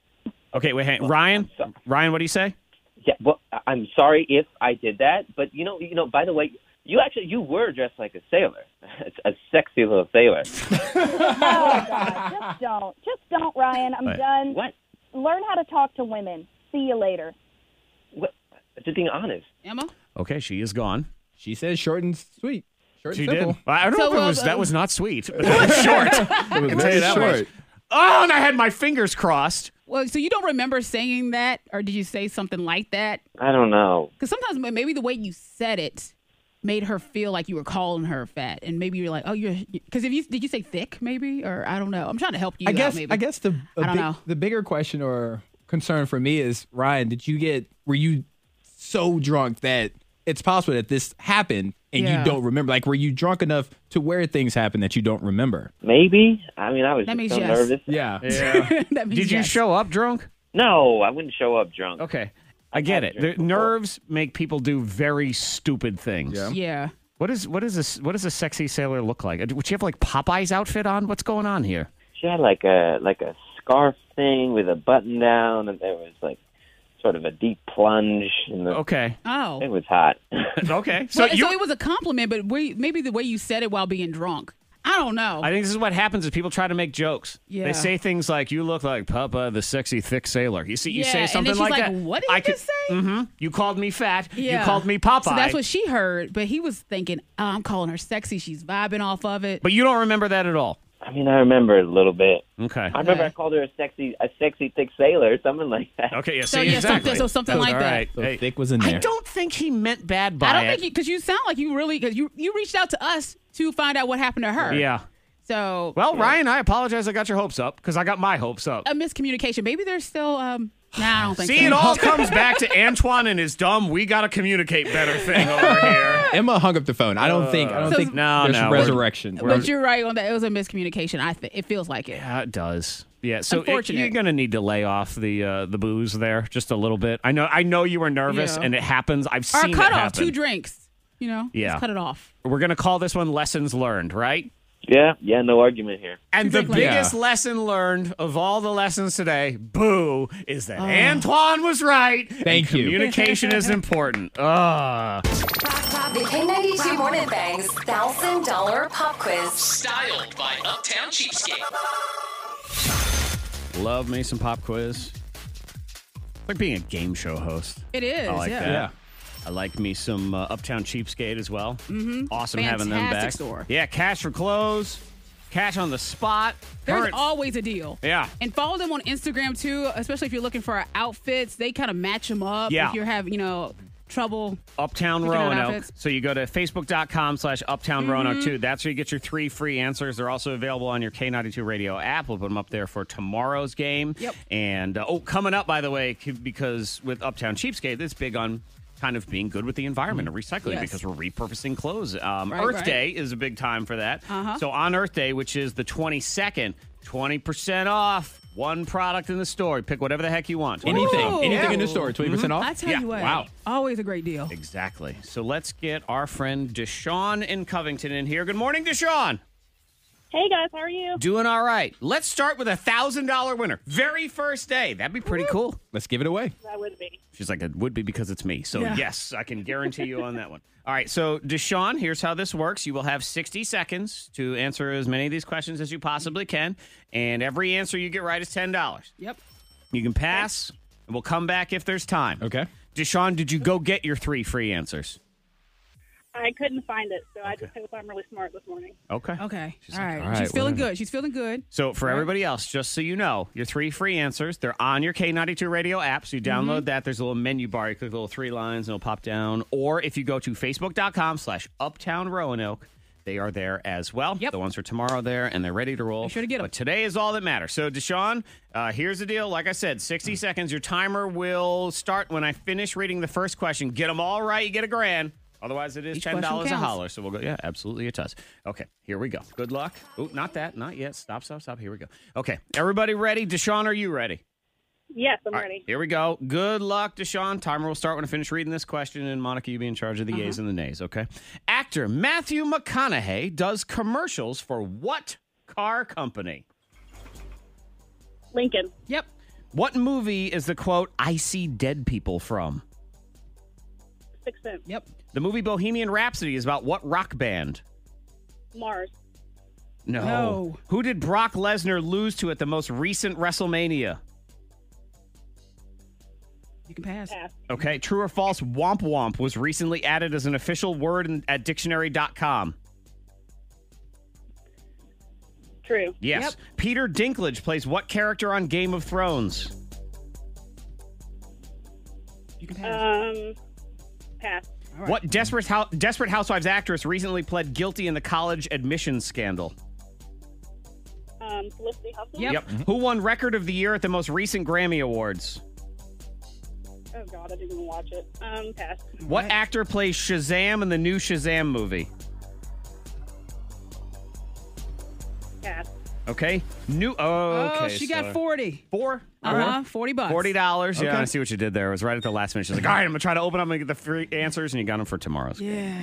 Okay. Wait. Hang, Ryan. Ryan, what do you say? Yeah. Well, I- I'm sorry if I did that, but you know, you know. By the way, you actually you were dressed like a sailor, [laughs] a sexy little [laughs] sailor. Oh, God. Just don't. Just don't, Ryan. I'm Wait, done. What? Learn how to talk to women. See you later. To be honest, Emma. Okay, she is gone. She said short and sweet. Short She and simple. did. I don't know So, if it uh, was that uh, was not sweet, [laughs] but that was short. It was I can tell you very that much. short. Oh, and I had my fingers crossed. Well, so you don't remember saying that, or did you say something like that? I don't know. Because sometimes ma- maybe the way you said it made her feel like you were calling her fat, and maybe you're like, oh, you're because if you did you say thick maybe, or I don't know. I'm trying to help you. I out, guess. maybe. I guess the a I don't big- know. the bigger question or concern for me is Ryan. Did you get? Were you so drunk that it's possible that this happened and Yeah. you don't remember? Like, were you drunk enough to where things happened that you don't remember? Maybe. I mean, I was That just means so yes. nervous. Yeah. [laughs] Yeah. Did you show up drunk? No, I wouldn't show up drunk. Okay, I get it. The nerves make people do very stupid things. Yeah. What is what is this? What does a sexy sailor look like? Would she have like Popeye's outfit on? What's going on here? She had like a like a scarf thing with a button down, and there was like sort of a deep plunge. In the, okay. Oh. It was hot. [laughs] okay. So, well, so it was a compliment, but we, maybe the way you said it while being drunk. I don't know. I think this is what happens is people try to make jokes. Yeah. They say things like, "You look like Papa, the sexy thick sailor." You see, you Yeah, say and then something she's like, like, that. "What did I you could just say?" Mm-hmm. You called me fat. Yeah. You called me Popeye. So that's what she heard, but he was thinking, oh, I'm calling her sexy. She's vibing off of it. But you don't remember that at all. I mean, I remember a little bit. Okay. I remember I called her a sexy, a sexy thick sailor, something like that. Okay, yeah, So, see, yeah, exactly. something- so something like that. So thick was in there. I don't think he meant bad by I don't it. think you, because you sound like you really, because you, you reached out to us to find out what happened to her. Yeah. So, Well, Ryan, I apologize. I got your hopes up because I got my hopes up. a miscommunication. Maybe there's still, um, nah, I don't think See, so. it [laughs] all comes back to Antoine and his dumb. We got to communicate better thing over here. Emma hung up the phone. I don't think. I don't So- think. Uh, No, there's no, we're- resurrection. But you're right on that. It was a miscommunication. I think it feels like it. Yeah, it does. Yeah, so it- Unfortunate. you're gonna need to lay off the uh, the booze there just a little bit. I know, I know you were nervous, Yeah. and it happens. I've Or seen cut it off happen. two drinks. You know, Just Yeah. cut it off. We're gonna call this one lessons learned, right? Yeah, yeah, no argument here. And the Exactly. biggest lesson learned of all the lessons today, boo, is Oh. that Antoine was right. Thank you. Communication [laughs] is important. Ah. Ugh. The K92 Morning Thang's $1,000 pop quiz. Styled by Uptown Cheapskate. Love me some pop quiz. It's like being a game show host. It is, I like yeah. that. Yeah. I like me some uh, Uptown Cheapskate as well. Mhm. Awesome having them Fantastic back. store. Yeah, cash for clothes, cash on the spot. There's current- always a deal. yeah. And follow them on Instagram too, especially if you're looking for outfits. They kind of match them up. Yeah. If you're having, you know, trouble. Uptown Picking out Roanoke. outfits. Mm-hmm. So you go to facebook.com slash Uptown Roanoke 2. That's where you get your three free answers. They're also available on your K92 radio app. We'll put them up there for tomorrow's game. Yep. And, uh, oh, coming up, by the way, c- because with Uptown Cheapskate, it's big on kind of being good with the environment and recycling Yes. because we're repurposing clothes. Um, Right, Earth right. Day is a big time for that. Uh-huh. So on Earth Day, which is the 22nd, 20% off. One product in the store. Pick whatever the heck you want. Anything. Ooh. Anything in the store, 20% off? I Mm-hmm. tell Yeah. you what, Oh, Wow. always a great deal. Exactly. So let's get our friend Deshaun in Covington in here. Good morning, Deshaun. Hey guys, how are you? Doing all right. Let's start with a thousand dollar winner. Very first day. That'd be pretty cool. Let's give it away. That would be. She's like, it would be because it's me. So Yeah. yes, I can guarantee you on [laughs] that one. All right. So Deshaun, here's how this works. You will have 60 seconds to answer as many of these questions as you possibly can, and every answer you get right is ten dollars. Yep. You can pass, and we'll come back if there's time. Okay. Deshaun, did you go get your three free answers? I couldn't find it, so I just hope I'm really smart this morning. Okay. Okay. all right. "All right, She's feeling whatever." good. She's feeling good. So for everybody else, just so you know, your three free answers, they're on your K92 radio app. So you download that. There's a little menu bar. You click the little three lines and it'll pop down. Or if you go to facebook.com slash uptown Roanoke, they are there as well. The ones for tomorrow are there and they're ready to roll. Sure to get them. But today is all that matters. So Deshaun, uh, here's the deal. Like I said, 60 seconds. Your timer will start when I finish reading the first question. Get them all right, you get a grand. Otherwise, it is Each ten question dollars a counts. holler. So we'll go. Yeah, absolutely, it does. Okay, here we go. Good luck. Oh, not that, not yet. Stop, stop, stop. Here we go. Okay, everybody ready? Deshaun, are you ready? Yes, I'm All right, ready. here we go. Good luck, Deshaun. Timer will start when I finish reading this question, and Monica, you be in charge of Uh-huh. the yays and the nays. Okay. Actor Matthew McConaughey does commercials for what car company? Lincoln. Yep. What movie is the quote "I see dead people" from? Sixth Sense. Yep. The movie Bohemian Rhapsody is about what rock band? Mars. No. No. Who did Brock Lesnar lose to at the most recent WrestleMania? You can pass. Okay, true or false, womp womp was recently added as an official word in, at dictionary.com. True. Yes. Peter Dinklage plays what character on Game of Thrones? Um, pass. What Desperate, Hou- Desperate Housewives actress recently pled guilty in the college admissions scandal? Um, Felicity Huffman. Who won Record of the Year at the most recent Grammy Awards? Oh God, I didn't even watch it. Um, pass. What actor plays Shazam in the new Shazam movie? Pass. Okay. New. Oh, Oh, okay, she so- got 40. Four? Uh huh. 40 bucks. Forty dollars. Okay. Yeah, I see what you did there. It was right at the last minute. She's like, "All right, I'm gonna try to open. up and get the free answers," and you got them for tomorrow's. Yeah.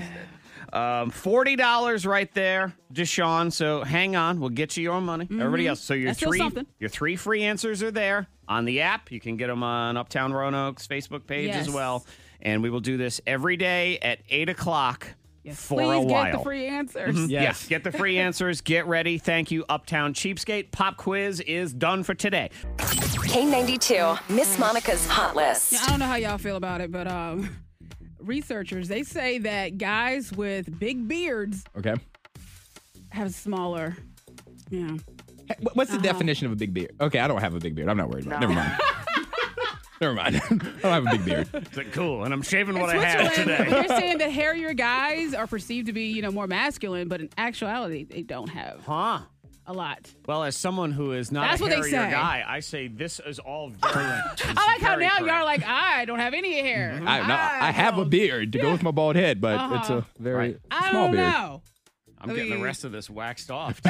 Um, Forty dollars right there, Deshaun. So hang on, we'll get you your money. Everybody else. So your Mm-hmm. That's still three, something. your three free answers are there on the app. You can get them on Uptown Roanoke's Facebook page as Yes. well. And we will do this every day at eight o'clock for Please a while. get the free answers. Mhm. Yeah, get the [laughs] free answers. Get ready. Thank you, Uptown Cheapskate. Pop quiz is done for today. K92, Miss Monica's hot list. Now, I don't know how y'all feel about it, but um, [laughs] researchers they say that guys with big beards Okay. have smaller. Yeah. Wh- What's the definition of a big beard? Okay, I don't have a big beard. I'm not worried about it. Never [laughs] mind. Never mind. [laughs] I don't have a big beard. It's like, cool, and I'm shaving what In I have Switzerland, today. They're saying that hairier guys are perceived to be, you know, more masculine, but in actuality, they don't have. Huh. A lot. Well, as someone who is not That's a what they hairier say. guy, I say this is all very. I like very how Mm-hmm. now correct. y'all are like, I don't have any hair. I, no, I have a beard to go with my bald head, but it's Uh-huh. a very I small don't beard. know. I'm I getting the mean- rest of this waxed [laughs] off.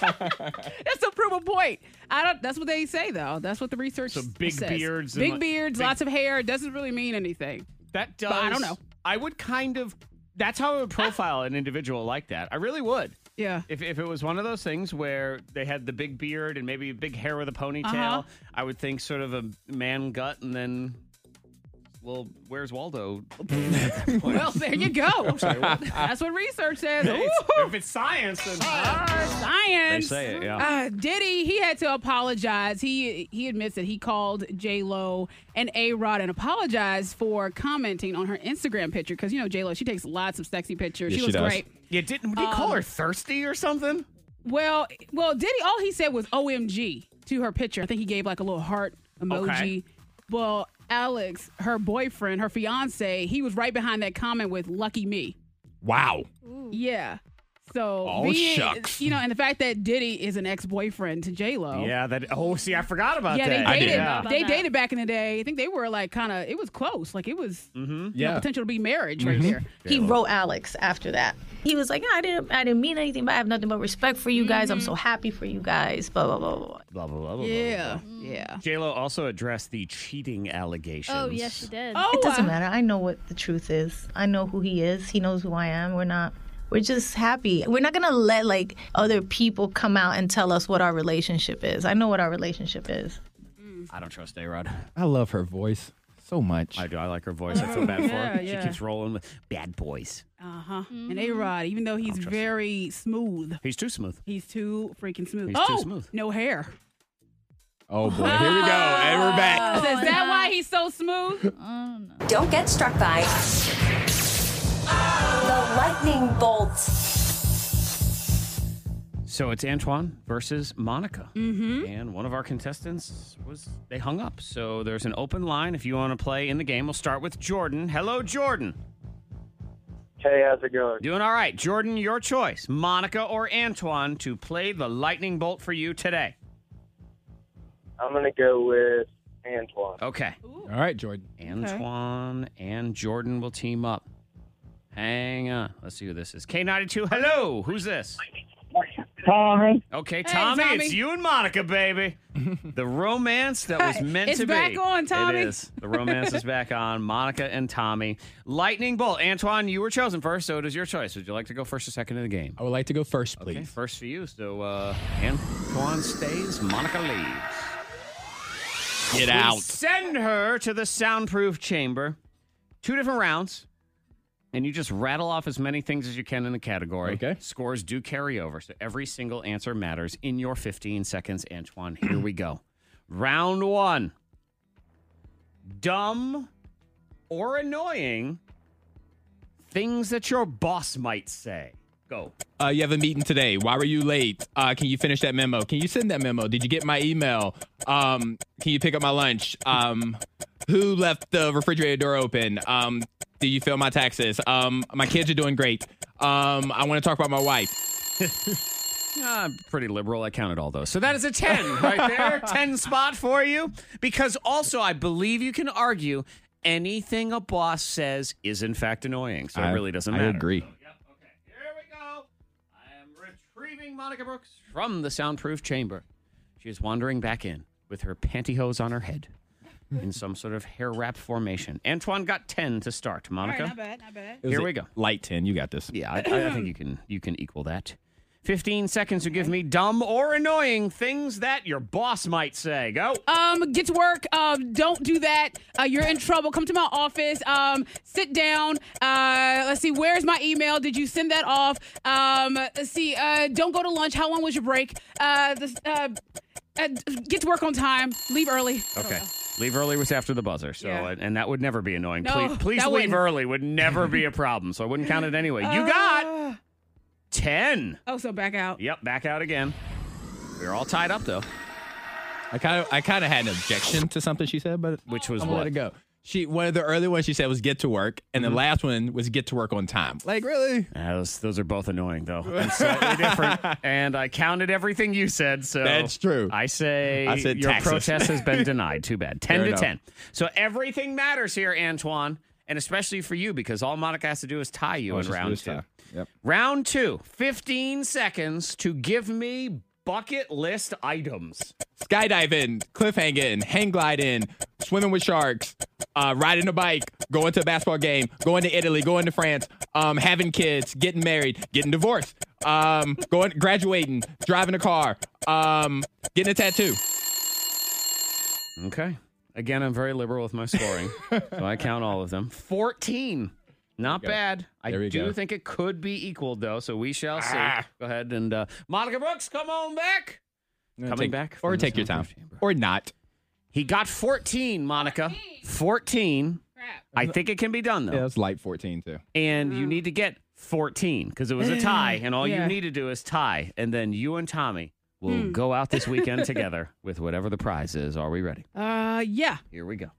That's to prove a point. I don't. That's what they say, though. That's what the research. So big beards and big like- beards, big- lots of hair. It doesn't really mean anything. That does. But I don't know. I would kind of. That's how I would profile an individual like that. I really would. Yeah. If, if it was one of those things where they had the big beard and maybe big hair with a ponytail, Uh-huh. I would think sort of a man gut and then, well, where's [laughs] Waldo? Well, [laughs] there you go. Oh, [laughs] That's what Uh, research says. Ooh, if it's science, then science. They say it, yeah. Uh, Diddy, he had to apologize. He he admits that he called J Lo and A Rod and apologized for commenting on her Instagram picture because you know J Lo she takes lots of sexy pictures. she looks great. Yeah, didn't did you call Um, her thirsty or something? Well, well, Diddy, all he said was OMG to her picture. I think he gave like a little heart emoji. Okay. Well, Alex, her boyfriend, her fiance, he was right behind that comment with lucky me. Wow. Yeah. So, Oh, being- shucks. you know, and the fact that Diddy is an ex boyfriend to J Lo. Yeah, that. Oh, see, I forgot about yeah, that. they dated. Yeah. They dated back in the day. I think they were like kind of. It was close. Like it was you know, Yeah. potential to be marriage right Mhm. there. Mm-hmm. He wrote Alex after that. He was like, I didn't, I didn't mean anything, but I have nothing but respect for you guys. Mm-hmm. I'm so happy for you guys. Blah blah blah blah. blah. Blah, blah, blah, blah, Yeah, yeah. Mm. Oh, J Lo also addressed the cheating allegations. did. Oh, it doesn't uh, matter. I know what the truth is. I know who he is. He knows who I am. We're not. We're just happy. We're not gonna let like other people come out and tell us what our relationship is. I know what our relationship is. Mm. I don't trust A Rod. I love her voice so much. I do. I like her voice. I feel bad for her. Oh, Yeah, She yeah. keeps rolling with bad boys. Uh huh. And A Rod, even though he's very smooth, He's too smooth. he's too freaking smooth. He's too oh, smooth. no hair. Ah. Oh boy, here we go. And we're back. is that why he's so smooth? [laughs] Don't get struck by the lightning bolts. So it's Antoine versus Monica. Mm-hmm. And one of our contestants was they hung up. So there's an open line if you want to play in the game. We'll start with Jordan. Hello, Jordan. Hey, how's it going? Doing all right. Jordan, your choice. Monica or Antoine to play the lightning bolt for you today. I'm gonna go with Antoine. Okay. All right, Jordan. Antoine and Jordan will team up. Hang on. Let's see who this is. K92. Hello. Who's this? Tommy. Okay, Hey, Tommy, Tommy. it's you and Monica, baby. [laughs] The romance that was meant It's to be. back on, Tommy. It is. The romance is back [laughs] on. Monica and Tommy. Lightning bolt. Antoine, you were chosen first, so it is your choice. Would you like to go first or second in the game? I would like to go first, please. Okay, first for you. So uh, Antoine stays, Monica leaves. Get We out. Send her to the soundproof chamber. Two different rounds. And you just rattle off as many things as you can in the category. Okay. Scores do carry over. So every single answer matters in your 15 seconds, Antoine. Here we go. Round one Dumb or annoying things that your boss might say. Go. Uh, you have a meeting today. Why were you late? Uh, can you finish that memo? Can you send that memo? Did you get my email? Um, can you pick up my lunch? Um, who left the refrigerator door open? Um, do you fill my taxes? Um, my kids are doing great. Um, I want to talk about my [laughs] wife. Ah, I'm pretty liberal. I counted all those. So that is a [laughs] 10 right there. 10 spot for you. Because also, I believe you can argue anything a boss says is, in fact, annoying. So it really doesn't matter. Retrieving Monica Brooks. From the soundproof chamber, she is wandering back in with her pantyhose on her head in some sort of hair wrap formation. Antoine got 10 to start. Monica. All right, not bad, not bad. Here we go. Light 10. You got this. Yeah, I, I think you can you can equal that. 15 seconds to give me dumb or annoying things that your boss might say. Go. Um, get to work. Um, don't do that. Uh, you're in trouble. Come to my office. Um, sit down. Uh, let's see. Where's my email? Did you send that off? Um, let's see. Uh, don't go to lunch. How long was your break? Uh, this, uh, uh, get to work on time. Leave early. Okay. Leave early was after the buzzer, so Yeah. and that would never be annoying. No, please, please that leave wouldn't. early would never be a problem, so I wouldn't count it anyway. You got Uh, ten. oh, so back out. Yep, back out again. We are all tied up though. I kind of I kind of had an objection to something she said, but which was I'm gonna what? Mm-hmm. Let it go. She one of the early ones she said was get to work, and the last one was get to work on time. Like really? those those are both annoying though. [laughs] And slightly different. And I counted everything you said, so That's true. I say I said your taxes. protest has been denied. Too bad. Ten [laughs] Fair to enough. ten. So everything matters here, Antoine, and especially for you because all Monica has to do is tie you All in she has to do round is two. tie. Yep. Round two. Fifteen seconds to give me bucket list items. Skydiving, cliffhanging, hang gliding, swimming with sharks, uh, riding a bike, going to a basketball game, going to Italy, going to France, um, having kids, getting married, getting divorced, um, going graduating, driving a car, um, getting a tattoo. Okay. Again, I'm very liberal with my [laughs] scoring, so I count all of them. Fourteen. Not There we go. bad. I There we do go. think it could be equaled though, so we shall Ah. see. Go ahead and uh, Monica Brooks, come on back. No, Coming take- back, from or the take your time, soundproof or not. He got 14, Monica. 14. I think it can be done, though. Yeah, it's light 14 too. And Mm. you [sighs] need to get 14 because it was a tie, and all Yeah. you need to do is tie. And then you and Tommy We'll Hmm. go out this [laughs] weekend together with whatever the prize is. Are we ready? Uh, yeah. Here we [clears throat] go.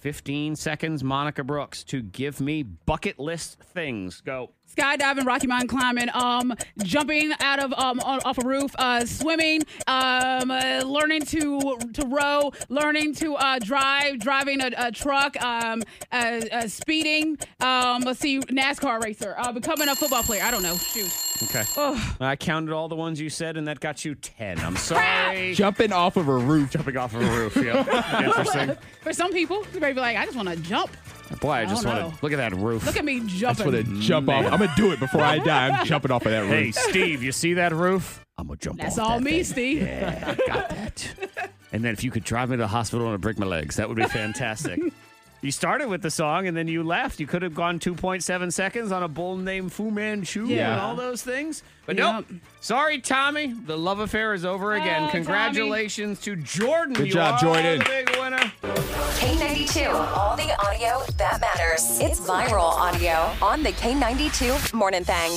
15 seconds, Monica Brooks, to give me bucket list things. Go. Skydiving, Rocky Mountain climbing, um, jumping out of um on, off a roof, uh, swimming, um, uh, learning to to row, learning to uh, drive, driving a, a truck, um, uh, uh, speeding, um, let's see, NASCAR racer, uh, becoming a football player. I don't know. Shoot. [sighs] Okay. Oh. I counted all the ones you said, and that got you 10. I'm sorry. Jumping off of a roof. Jumping off of a roof. [laughs] Yeah. Interesting. For some people, they may be like, I just want to jump. Boy, I I just don't want know. to look at that roof. Look at me I just jumping. want to jump off. I'm going to do it before I die. I'm jumping off of that roof. Hey, Steve, you see that [laughs] roof? I'm going to jump That's off. all that me, thing. Steve. Yeah, [laughs] I got that. And then if you could drive me to the hospital and I'd break my legs, that would be [laughs] fantastic. you started with the song and then you left. You could have gone 2.7 seconds on a bull named Fu Manchu and Yeah. all those things. But nope. Sorry, Tommy. The love affair is over again. Tommy. Congratulations to Jordan. Good You job, are Jordan. the big winner. K92, all the audio that matters. It's viral audio on the K92 Morning Thing.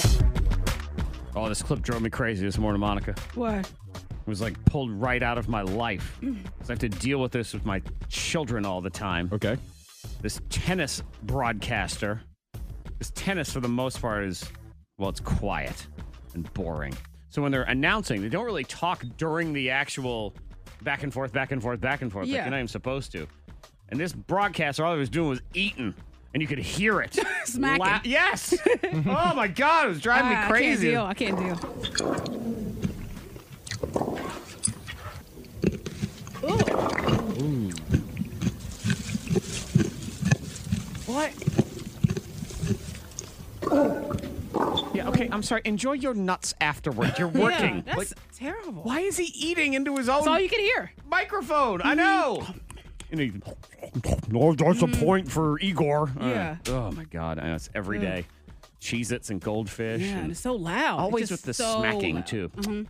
Oh, this clip drove me crazy this morning, Monica. What? It was like pulled right out of my life. Mm. 'Cause I have to deal with this with my children all the time. Okay. This tennis broadcaster, this tennis for the most part is, well, it's quiet and boring. So when they're announcing, they don't really talk during the actual back and forth, back and forth, back and forth. Like Yeah. you're not even supposed to. And this broadcaster, all he was doing was eating, and you could hear it. [laughs] Smacking. La- [laughs] yes. oh my God, it was driving Ah, me crazy. I can't deal. I can't deal. What? Yeah, okay, I'm sorry. Enjoy your nuts afterward. You're working. [laughs] Yeah, that's Like, terrible. why is he eating into his own That's all you can hear. Mm-hmm. microphone? I know. And he, no, that's a point for Igor. Uh, Yeah. oh my God, I know it's every Ugh. day. Cheez-Its and goldfish. Yeah, and and it's so loud. It's Always just with the so smacking loud. too. Mhm.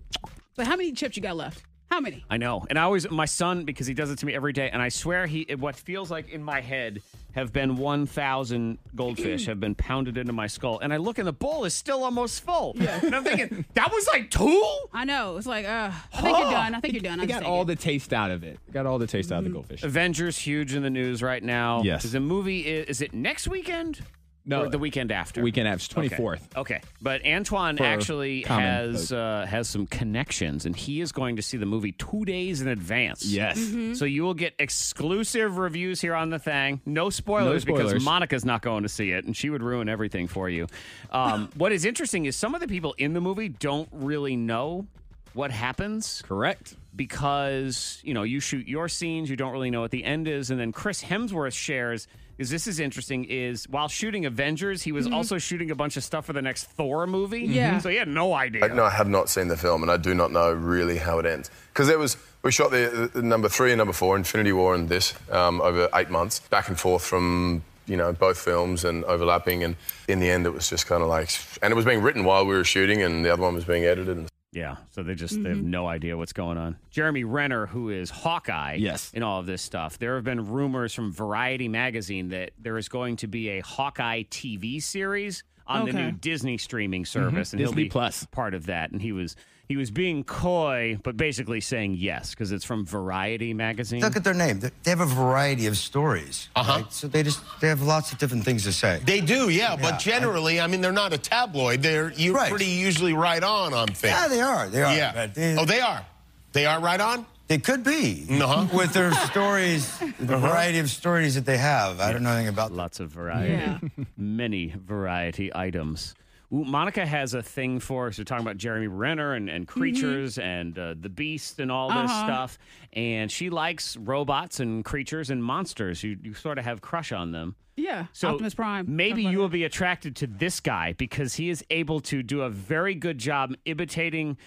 But how many chips you got left? How many? I know. And I always my son because he does it to me every day and I swear he what feels like in my head have been 1000 goldfish have been pounded into my skull and I look and the bowl is still almost full. And I'm thinking that was like two? I know. It's like, uh, I think you're done. I think you're done. I I'm got just all the taste out of it. Got all the taste out of the goldfish. Avengers huge in the news right now. Yes. Is the movie is, is it next weekend? No, Or the weekend after. Weekend after, Okay. 24th. Okay. But Antoine For actually common has uh, has some connections and he is going to see the movie 2 days in advance. Yes. Mhm. So you will get exclusive reviews here on the thing. No spoilers, because spoilers. Monica's not going to see it and she would ruin everything for you. Um, what is interesting is some of the people in the movie don't really know what happens. Correct. Because, you know, you shoot your scenes, you don't really know what the end is. And then Chris Hemsworth shares is this is interesting is while shooting Avengers, he was Mhm. also shooting a bunch of stuff for the next Thor movie. Yeah. So he had no idea. I, no, I have not seen the film, and I do not know really how it ends. Because there was we shot the, the number three and number four, Infinity War, and this um, over eight months, back and forth from you know both films and overlapping, and in the end it was just kind of like, and it was being written while we were shooting, and the other one was being edited. And Yeah. So they just they have no idea what's going on. Jeremy Renner, who is Hawkeye Yes. in all of this stuff, there have been rumors from Variety magazine that there is going to be a Hawkeye TV series on the new Okay. Disney streaming service. And Mm-hmm. Disney he'll be Plus part of that. And he was he was being coy, but basically saying yes, because it's from Variety magazine. Look at their name. They they have a variety of stories. Uh-huh. So they just they have lots of different things to say. They do, yeah, but generally, I, mean, they're not a tabloid. They're you're Right. pretty usually right on on things. Yeah, they are. They are. Yeah. But they- oh, they are. They are right on. They could be. Uh-huh. With their stories, the Uh-huh. variety of stories that they have. I don't know anything about lots of variety. [laughs] Many variety items. Ooh, Monica has a thing for us. We're talking about Jeremy Renner and, and creatures and uh, the beast and all this Uh-huh. stuff. And she likes robots and creatures and monsters. You, you sort of have crush on them. Yeah. So Optimus Prime. Maybe you will be attracted to this guy because he is able to do a very good job imitating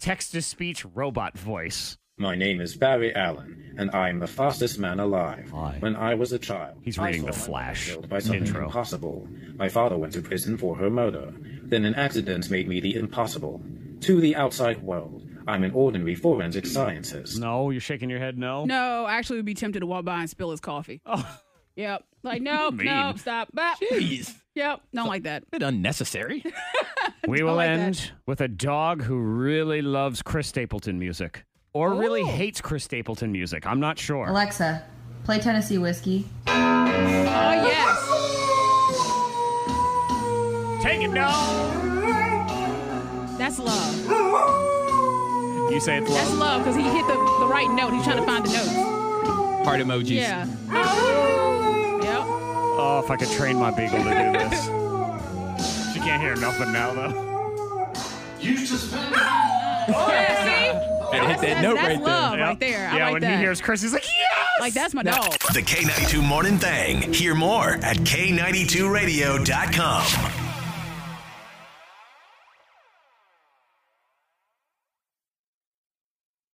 text to speech robot voice. My name is Barry Allen, and I'm the fastest man alive. When I was a child, he's reading the Flash killed by something intro. impossible. My father went to prison for her murder. Then an accident made me the impossible. To the outside world, I'm an ordinary forensic scientist. No, you're shaking your head. No. No, I actually would be tempted to walk by and spill his coffee. Oh. Yep. Like, nope, Mean. nope, stop. Bah. Jeez. Yep. Don't like that. bit unnecessary. We will end with a dog who really loves Chris Stapleton music or Oh. really hates Chris Stapleton music. I'm not sure. Alexa, play Tennessee Whiskey. Take it, dog. That's love. You say it's That's love. love because he hit the, the right note. He's trying to find the notes. Heart emojis. Yeah. Yep. Oh, if I could train my beagle to do this. [laughs] She can't hear nothing now, though. You just Yeah, see? Better hit that That's- note that's right there. love Yep. right there. I Yeah, like when he that. hears Chris, he's like, yes! Like, that's my dog. The K92 Morning Thing. Hear more at K92Radio.com.